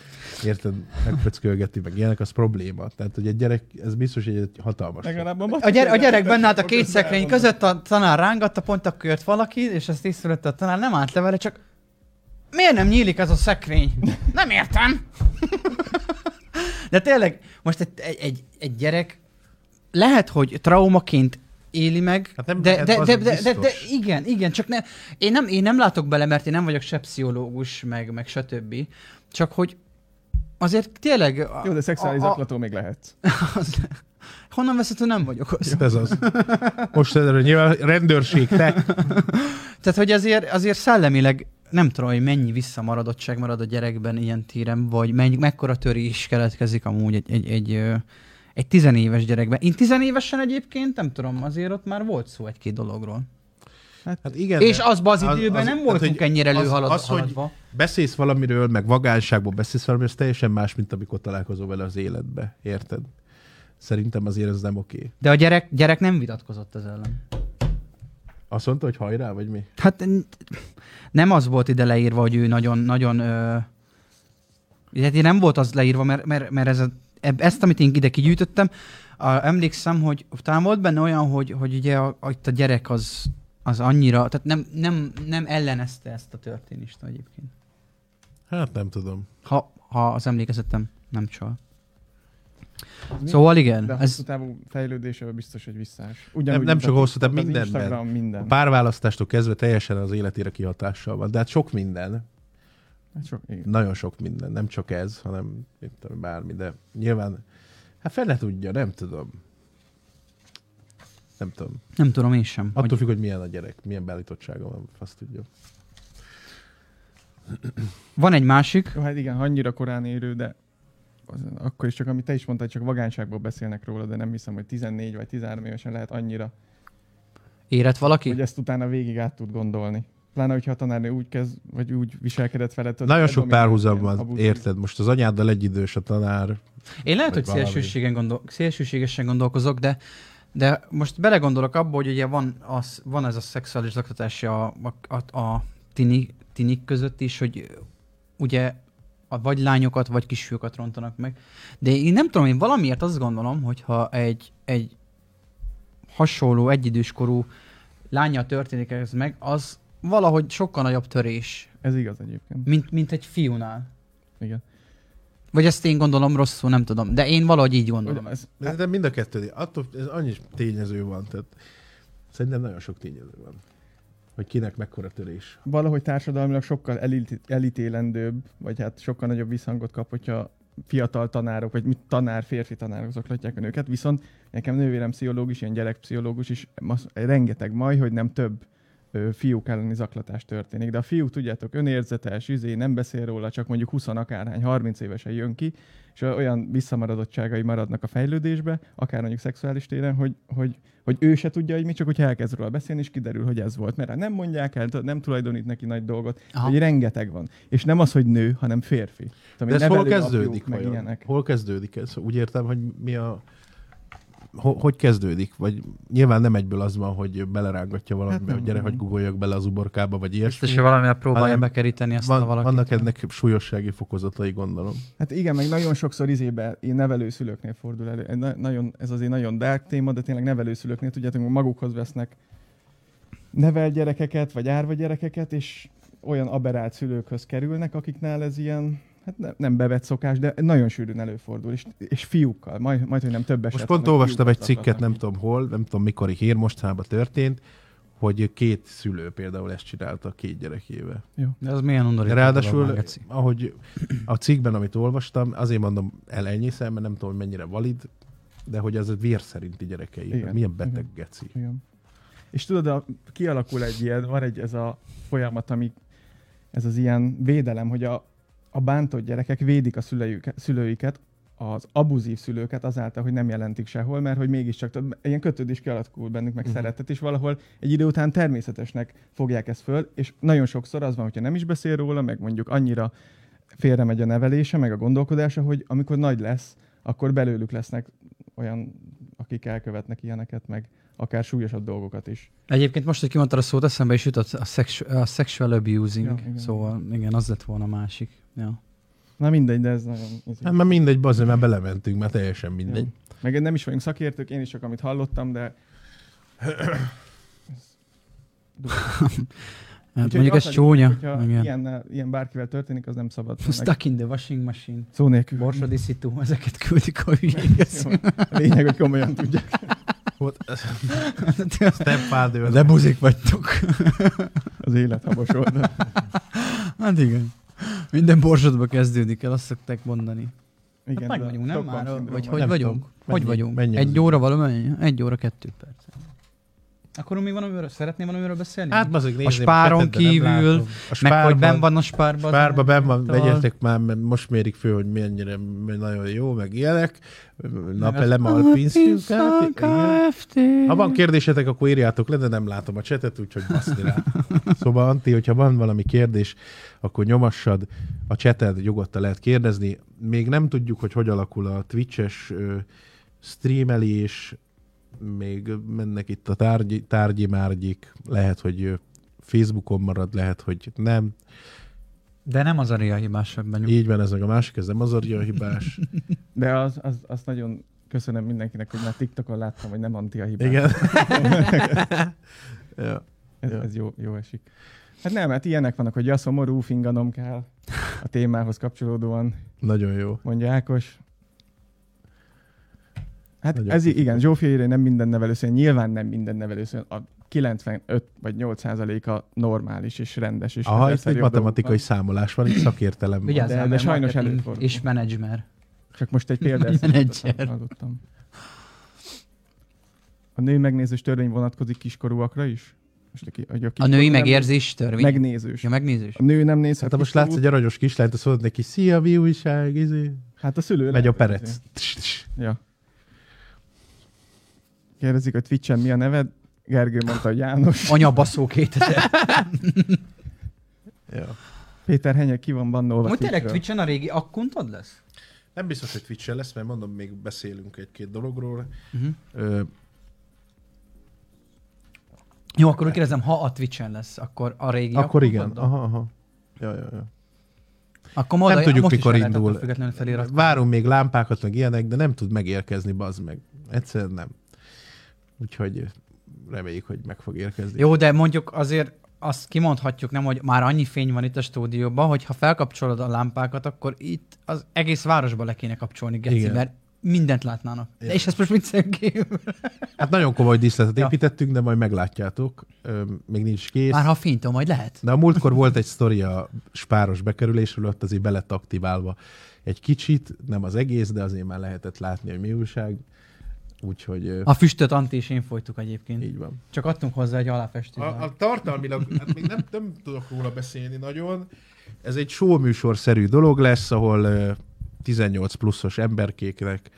érted, megpöckölgeti, meg ilyenek, az probléma. Tehát, hogy egy gyerek, ez biztos, hogy egy hatalmas. legalább a A, mac- gyere, a gyerek benne állt a két szekrény között, a tanár rángatta, pont akkor jött valaki, és ezt észrevette a tanár, nem állt le vele, csak miért nem nyílik az a szekrény? Nem értem. De tényleg, most egy, egy, egy, egy gyerek lehet, hogy traumaként éli meg, Hát nem de, lehet, de, az de, meg de, de, de, biztos. igen, igen, csak ne, én, nem, én nem látok bele, mert én nem vagyok se pszichológus, meg, meg se többi, csak hogy azért tényleg... a- Jó, de szexuális a- a- zaklató még lehetsz. az, honnan veszed, hogy nem vagyok az? Ez az. Most erről nyilván rendőrség, te. Tehát, hogy azért, azért szellemileg nem tudom, hogy mennyi visszamaradottság marad a gyerekben ilyen téren, vagy mennyi, mekkora törés keletkezik amúgy egy, egy, egy, ö, egy tizenéves gyerekben. Én tizenévesen egyébként, nem tudom, azért ott már volt szó egy-két dologról. Hát igen, És de- azban az az- időben az- nem hát, voltunk hogy ennyire az- előhalad, az, hogy- haladva. beszélsz valamiről, meg vagányságból beszélsz valamiről, ez teljesen más, mint amikor találkozol vele az életbe. Érted? Szerintem azért ez nem oké. De a gyerek, gyerek nem vitatkozott ez ellen. Azt mondta, hogy hajrá, vagy mi? Hát n- nem az volt ide leírva, hogy ő nagyon, nagyon... Ö... Hát nem volt az leírva, mert, mert, mert ez a, eb- ezt, amit én ide kigyűjtöttem, a, emlékszem, hogy talán volt benne olyan, hogy, hogy ugye a, a, itt a gyerek az, az annyira, tehát nem, nem, nem ellenezte ezt a történést egyébként. Hát nem tudom. Ha, ha az emlékezetem nem csal. mi? Szóval igen, De ez, hosszú távú fejlődésében biztos, hogy visszás. Nem, nem mint csak a- hosszú, tehát az mindenben. Instagram, minden. A párválasztástól kezdve teljesen az életére kihatással van. De hát sok minden, Hát sok, igen. nagyon sok minden, nem csak ez, hanem mit tudom, bármi, de nyilván, hát fel ne tudja, nem tudom. Nem tudom. nem tudom én sem. Attól Hogy, függ, hogy milyen a gyerek, milyen beállítottsága van, azt tudja. van egy másik, Jó, hát igen, ha annyira korán érő, de az, akkor is csak, amit te is mondtad, csak vagányságból beszélnek róla, de nem hiszem, hogy 14 vagy 13 évesen lehet annyira, érett valaki? hogy ezt utána végig át tud gondolni. Pláne, hogyha a tanárnő úgy kezd, vagy úgy viselkedett veled. hogy Nagyon ez sok domináns, párhuzam ilyen van, abuzív. érted? Most az anyáddal egy idős a tanár. Én lehet, Vagy hogy valami. szélsőségen gondol, szélsőségesen gondolkozok, de de most belegondolok abba, hogy ugye van, az, van ez a szexuális zaklatás a, a, a, a tini, tinik között is, hogy ö, ugye a, vagy lányokat, vagy kisfiúkat rontanak meg. De én nem tudom, én valamiért azt gondolom, hogyha egy, egy hasonló, egyidős korú lánya történik ez meg, az valahogy sokkal nagyobb törés, Ez igaz egyébként. mint, mint egy fiúnál. Igen. Vagy ezt én gondolom rosszul, nem tudom. De én valahogy így Ugye, gondolom. ez, De, de mind a kettő, attól ez annyi tényező van, tehát szerintem nagyon sok tényező van, hogy kinek mekkora törés. valahogy társadalmilag sokkal elit- elítélendőbb, vagy hát sokkal nagyobb visszhangot kap, hogyha fiatal tanárok, vagy mit tanár, férfi tanárok zaklatják a nőket, viszont nekem nővérem pszichológus, ilyen gyerekpszichológus is, masz- rengeteg maj, hogy nem több ö, fiúk elleni zaklatás történik. De a fiúk, tudjátok, önérzetes, izé, nem beszél róla, csak mondjuk 20 akárhány, 30 évesen jön ki, és olyan visszamaradottságai maradnak a fejlődésbe, akár mondjuk szexuális téren, hogy, hogy, hogy ő se tudja, hogy mi, csak hogyha elkezd róla beszélni, és kiderül, hogy ez volt. Mert hát nem mondják el, nem tulajdonít neki nagy dolgot, Aha. Aha. hogy rengeteg van. És nem az, hogy nő, hanem férfi. Tudom, De ez hol nevelőapjuk, kezdődik meg vajon? ilyenek. Hol kezdődik ez? Úgy értem, hogy mi a... Ho- hogy kezdődik? Vagy nyilván nem egyből az van, hogy belerángatja Hát valamibe, nem. hogy gyere, hogy guggoljak bele az uborkába, vagy ilyesmi. Biztos, hogy valamivel próbálja Hanem bekeríteni azt Van, a valakit. vannak ennek súlyossági fokozatai, gondolom. Hát igen, meg nagyon sokszor izébe, én nevelőszülőknél fordul elő. Egy Na, nagyon, ez azért nagyon dark téma, de tényleg nevelőszülőknél, tudjátok, magukhoz vesznek nevel gyerekeket, vagy árva gyerekeket, és olyan aberált szülőkhöz kerülnek, akiknál ez ilyen, hát ne, nem bevett szokás, de nagyon sűrűn előfordul, és, és fiúkkal, majd, majd hogy nem több eset. Most van, pont hogy olvastam egy fiúkat cikket, nem zaklatnak tudom hol, nem tudom mikori hír, mostanában történt, hogy két szülő például ezt csinálta a két gyerekével. De az milyen undorító. dolog, Ráadásul, Geci. ahogy a cikkben, amit olvastam, azért mondom el ennyi szem, mert nem tudom, hogy mennyire valid, de hogy az vér szerinti gyerekei. Igen. Milyen beteg geci. így. Igen. És tudod, a, kialakul egy ilyen, van egy ez a folyamat, ami ez az ilyen védelem, hogy a, a bántott gyerekek védik a szüleik, szülőiket, az abuzív szülőket azáltal, hogy nem jelentik sehol, mert hogy mégiscsak tudod, ilyen kötődés kialakul bennük, meg Mhm. szeretet, és valahol egy idő után természetesnek fogják ezt föl, és nagyon sokszor az van, hogyha nem is beszél róla, meg mondjuk annyira félre megy a nevelése, meg a gondolkodása, hogy amikor nagy lesz, akkor belőlük lesznek olyan, akik elkövetnek ilyeneket, meg akár súlyosabb dolgokat is. Egyébként most, hogy kimondtad a szót, eszembe is jutott a, sexu- a sexual abusing, ja, Ja, igen. igen. szóval igen, az lett volna a másik. Ja. Na mindegy, de ez nagyon... izé. Hát már mindegy, bazd, már belementünk, már teljesen mindegy. Jó. Meg nem is vagyunk szakértők, én is csak amit hallottam, de Hát Úgyhogy mondjuk azt ez adjuk, csúnya. hogyha Igen. ilyen, ilyen bárkivel történik, az nem szabad. Meg Stuck in the washing machine, szó nélkül. borsodiszító, ezeket küldik a hülyék. Jó. A lényeg, hogy komolyan tudja. Volt, stepfather. De buzik vagytok. Az élet habos oldal. Hát igen. Minden borsodba kezdődik el, azt szokták mondani. Igen, Hát meg de vagyunk, nem Stockholm már? szindróma. Vagy hogy Nem vagyunk? tudom. Hogy Mennyi- vagyunk? mennyi az egy idő? óra valamennyi? Egy óra kettő perc. Akkor mi van, amiről szeretném valamiről beszélni? hát bazzik, nézni, spáron petett, de nem kívül, látom. a Meg hogy ben spárban, van a spárba. az spárban ben van, ezekkel. vegyetek már, mert most mérik föl, hogy mennyire nagyon jó, meg ilyenek. az- Napelem alpinszünk. Kft. Ha van kérdésetek, akkor írjátok le, de nem látom a csetet, úgyhogy baszni rá. Szóval, Antti, hogyha van valami kérdés, akkor nyomassad, a cseted nyugodtan lehet kérdezni. Még nem tudjuk, hogy hogy alakul a Twitch-es ö, streamelés, még mennek itt a tárgyi, tárgyi márgyik, lehet, hogy ö, Facebookon marad, lehet, hogy nem. De nem az a ria hibás ebben. Így van, ez meg a másik, ez nem az a hibás. De az, az, azt nagyon köszönöm mindenkinek, hogy már TikTokon láttam, hogy nem anti a hibás. Igen. ja. Ez, Ja. ez jó, jó esik. Hát nem, hát ilyenek vannak, hogy a szomorú finganom kell a témához kapcsolódóan, Nagyon jó. mondja Ákos. Hát Nagyon ez í- köszönöm. igen, Zsófia írja, nem minden nevelőszülő, nyilván nem minden nevelőszülő, a 95 vagy 8 a normális és rendes. És Aha, rendszer itt egy jobb dolgok matematikai van. számolás van, itt szakértelem van. Vigyázzál, de mert sajnos marketing előfordul. És menedzser. Csak most egy példát Menedzser. hallottam. A női megnézős törvény vonatkozik kiskorúakra is? Most aki, hogy A kiskorú női nem- megérzés törvény. Megnézős. Ja, megnézés. A nő nem nézhet Hát ha most kiskorút, látsz egy aranyos kislányt, azt mondod neki, szia, mi újság, izé. Hát a szülő Megy a lehet, perec. hogy- Ja. Kérdezik, hogy Twitchen mi a neved? Gergő mondta, hogy János. Anya baszó 2000. Ja. Péter Henye ki van bannolva Hogy tényleg Twitchről. Twitch-en a régi akkuntod lesz? Nem biztos, hogy twitch lesz, mert mondom, még beszélünk egy-két dologról. Mhm. Ö, Jó, akkor úgy kérdezem, ha a Twitch-en lesz, akkor a régi akkor igen. akkuntoddal? Aha, aha. Ja, ja, ja. Akkor majd Nem a- tudjuk, most is mikor el lehet indul. attól Függetlenül felirat. Várunk még lámpákat, meg ilyenek, de nem tud megérkezni, bazd meg. Egyszerűen nem. Úgyhogy reméljük, hogy meg fog érkezni. Jó, de mondjuk azért azt kimondhatjuk, nem, hogy már annyi fény van itt a stúdióban, hogy ha felkapcsolod a lámpákat, akkor itt az egész városba le kéne kapcsolni, Geci, Igen. mert mindent látnának. De és ezt most mit Hát nagyon komoly díszletet Ja. építettünk, de majd meglátjátok. Ö, még nincs kész. Már ha fénytől majd lehet. De a múltkor volt egy sztori a spáros bekerülésről, ott azért be lett aktiválva egy kicsit, nem az egész, de azért már lehetett látni, hogy mi újság. Úgyhogy ö, A füstöt Anti és én folytuk egyébként. így van. Csak adtunk hozzá egy aláfestőt. A, a tartalmilag, hát még nem, nem tudok róla beszélni nagyon. Ez egy show műsorszerű dolog lesz, ahol ö, 18 pluszos emberkéknek,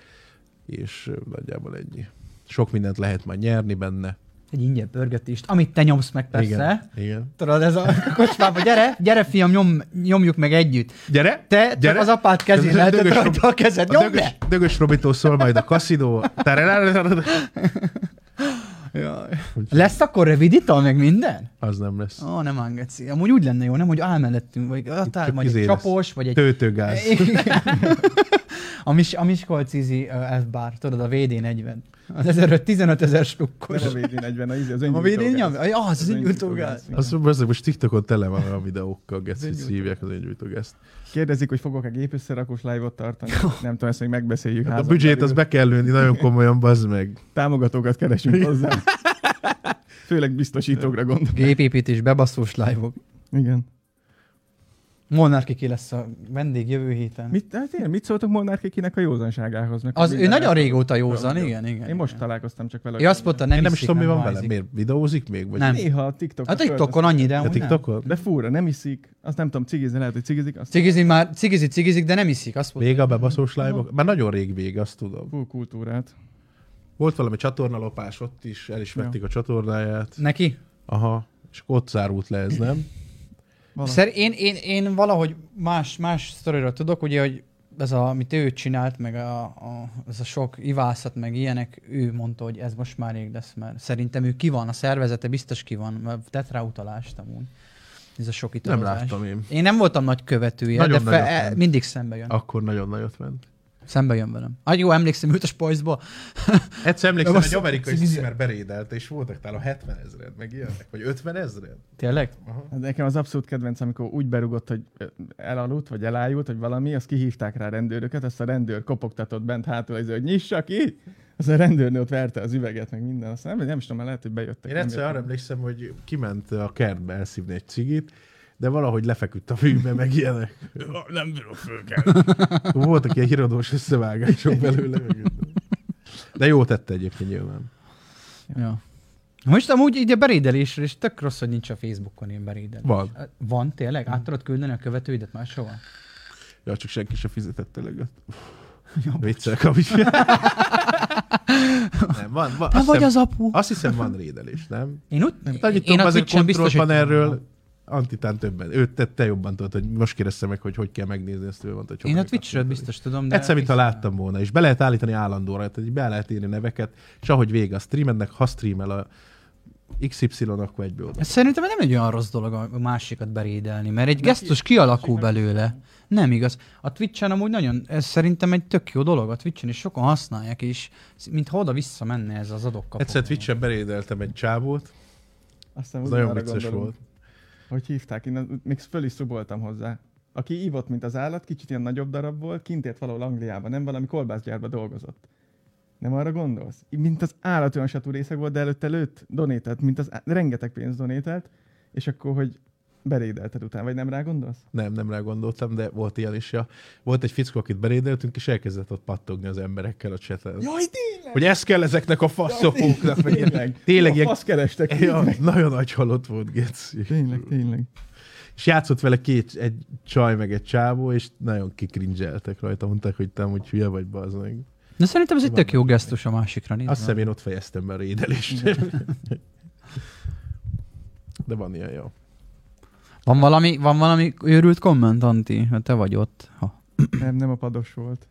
és ö, nagyjából ennyi. Sok mindent lehet majd nyerni benne. Egy ingyen pörgetést, amit te nyomsz meg persze. Igen. Igen. Tudod, ez a kocsmába, gyere, gyere fiam, nyom, nyomjuk meg együtt. Gyere! Te csak Gyere. az apád kezén Ez lehetett dögös rajta a kezed, A nyomd dögös, le! dögös Robitól szól majd a kaszinó. Tararararara. Lesz akkor revidita meg minden? Az nem lesz. Ó, oh, nem ángeci. Amúgy úgy lenne jó, nem, hogy áll mellettünk, vagy a tár, csak vagy egy izé lesz. csapos, vagy egy... Töltőgáz. a, Mis- a Miskolcizi ö, F-bar, tudod, a VD40. Az 15 ezer slukkos. Nem a VD40, az, az A VD nyom? öngyújtógáz. Aj, Az, az öngyújtógáz. indultógáz. Igen. Azt mondom, most TikTokon tele van a videókkal, geci, hívják az öngyújtógázt. Kérdezik, hogy fogok-e gépösszerakós live-ot tartani. Nem tudom, ezt még megbeszéljük. Hát a házon büdzsét belül. az be kell lőni nagyon komolyan, bazd meg. Támogatókat keresünk hozzá. Főleg biztosítókra gondolok. Gépépítés, bebaszós live-ok. Igen. Molnár ki lesz a vendég jövő héten. Mit, hát én, mit szóltok Molnár Kikinek a józanságához? Meg Az, ő mindenre- nagyon régóta józan, Jó, jó. igen, igen. Én most találkoztam csak vele. Ő azt mondta, nem Én nem is iszik, tudom, mi van dohányzik. vele. Miért videózik még? Vagy Nem. Néha a TikTok. Hát TikTokon annyi, de A amúgy nem. TikTokon? De fura, nem iszik. Azt nem tudom, cigizni lehet, hogy cigizik. Azt Cigizi már, cigizi, cigizik, de nem iszik. Azt mondta, Vége a bebaszós live Már nagyon rég vége, azt tudom. full kultúrát. Volt valami csatornalopás, ott is el is vették a csatornáját. neki? Aha. És akkor ott zárult le ez, nem? Valami. Szer én, én, én valahogy más, más sztoriról tudok, ugye, hogy ez, a, amit ő csinált, meg a, a, ez a sok ivászat, meg ilyenek, ő mondta, hogy ez most már rég lesz, mert szerintem ő ki van, a szervezete biztos ki van, mert tett rá utalást amúgy. Ez a sok Nem italozás. láttam én. Én nem voltam nagy követője, Nagyon de fe, nagyot e, ment. mindig szembe jön. Akkor nagyon nagyot ment. Szembe jön velem. Ah, jó, emlékszem, őt a spajzba. Egyszer emlékszem, De egy basszus, amerikai cigizi. streamer berédelte, és voltak talán 70 ezred, meg ilyenek, vagy 50 ezred. Tényleg? Hát Nekem az abszolút kedvenc, amikor úgy berugott, hogy ö, elaludt, vagy elájult, vagy valami, azt kihívták rá rendőröket, azt a rendőr kopogtatott bent hátul, az, hogy nyissa ki! Az a rendőrnő ott verte az üveget, meg minden. Azt nem, nem is tudom, mert lehet, hogy bejöttek. Én nem egyszer arra jöttek. emlékszem, hogy kiment a kertbe elszívni egy cigit, de valahogy lefeküdt a fűbe, meg ilyenek. Nem bírok fölkelni. Voltak ilyen híradós összevágások belőle. meg- De jó tette egyébként nyilván. Ja. Most amúgy így a berédelésről, és tök rossz, hogy nincs a Facebookon én berédelés. Van. Van tényleg? Át tudod küldeni a követőidet máshova? Ja, csak senki sem fizetett eleget. Viccel kapis. Nem, van. van. Te Azt, vagy hiszem, az apu. azt hiszem, van rédelés, nem? Én úgy, Hát Annyit tudom, a azért Twitchen biztos, hogy kontrollban erről. tudom. Antitán többen. Őt te, te jobban tudod, hogy most kérdezte meg, hogy hogy kell megnézni ezt, ő mondta, hogy Én a sokat Twitchről kapcsolódik. biztos tudom, de... De Egyszer, mintha biztos- láttam volna, és be lehet állítani állandóra, tehát így be lehet írni neveket, és ahogy vége a streamednek, ha streamel a XY, akkor egyből oda. Ez Szerintem nem egy olyan rossz dolog a másikat berédelni, mert egy gesztus kialakul belőle. Nem igaz. A Twitchen amúgy nagyon, ez szerintem egy tök jó dolog a Twitchen, és sokan használják, és mintha oda-vissza menne ez az adokkapok. Egyszer Twitch-en berédeltem egy csávót, Aztán az ugyanarra nagyon vicces gondolom, volt. Hogy hívták, én még föl is szuboltam hozzá. Aki ívott, mint az állat, kicsit ilyen nagyobb darab volt, kint ért valahol Angliában, nem valami kolbászgyárba dolgozott. Nem arra gondolsz? Így, Mint az állat olyan satú részeg volt, de előtte lőtt, donételt, mint az á- rengeteg pénz donételt, és akkor, hogy berédelted utána, vagy nem rá gondolsz? Nem, nem rá gondoltam, de volt ilyen is. Ja. Volt egy fickó, akit berédeltünk, és elkezdett ott pattogni az emberekkel a cseten. Jaj, tényleg! Hogy ez kell ezeknek a faszopóknak. meg ilyen- Tényleg, Tényleg ilyen... Azt kerestek. Ja, tényleg. nagyon nagy halott volt, Geci. Tényleg, tényleg. És játszott vele két, egy csaj meg egy csávó, és nagyon kikringeltek rajta, mondták, hogy te amúgy hülye vagy, bazd meg. De szerintem ez egy tök jó gesztus a másikra nézve. Azt hiszem, én ott fejeztem be a rédelést. De van ilyen jó. Van valami, van valami őrült komment, Anti? Mert Te vagy ott. Ha. Nem, nem a pados volt.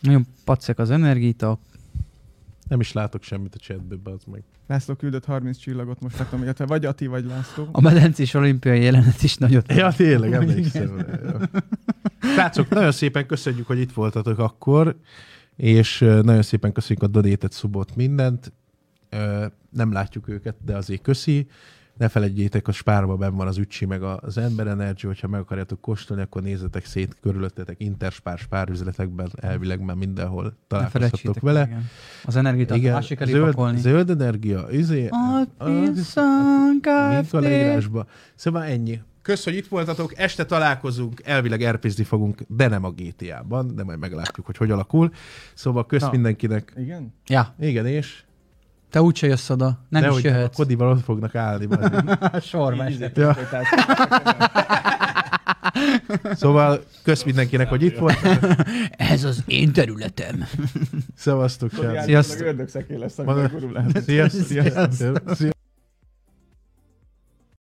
Nagyon pacek az energita. Nem is látok semmit a chatből, az meg. László küldött 30 csillagot most, nem tudom, illetve vagy Ati, vagy László. A medencés olimpiai jelenet is nagyot. Ja, tényleg, emlékszem. rá, jó. Srácok, nagyon szépen köszönjük, hogy itt voltatok akkor, és ö, nagyon szépen köszönjük a donétet, szubot, mindent. Ö, nem látjuk őket, de azért köszi. Ne felejtjétek, a spárba benn van az Ücsi, meg az Ember Energy, hogyha meg akarjátok kóstolni, akkor nézzetek szét körülöttetek, interspár, spárüzletekben, elvileg már mindenhol Ne találkozhatok felejtsétek vele. igen. Az energiát Igen, Igen, másik elé zöld, pakolni. zöld energia, izé, Alpiszan mink a Kft. leírásba. Szóval ennyi. Kösz, hogy itt voltatok, este találkozunk, elvileg erpizni fogunk, de nem a GTA-ban, de majd meglátjuk, hogy hogy alakul. Szóval kösz Na. mindenkinek. Igen? Ja, Igen, és? te úgyse jössz oda, nem Nehogy is A jöhetsz. kodival ott fognak állni. bazd meg. Sormester. Ja. Tehát Szóval kösz mindenkinek, hogy itt volt. Ez az én területem. Szevasztok, srácok. Sziasztok. Ördög szekély lesz, amikor gurul lehet. Sziasztok. Sziasztok. Sziasztok.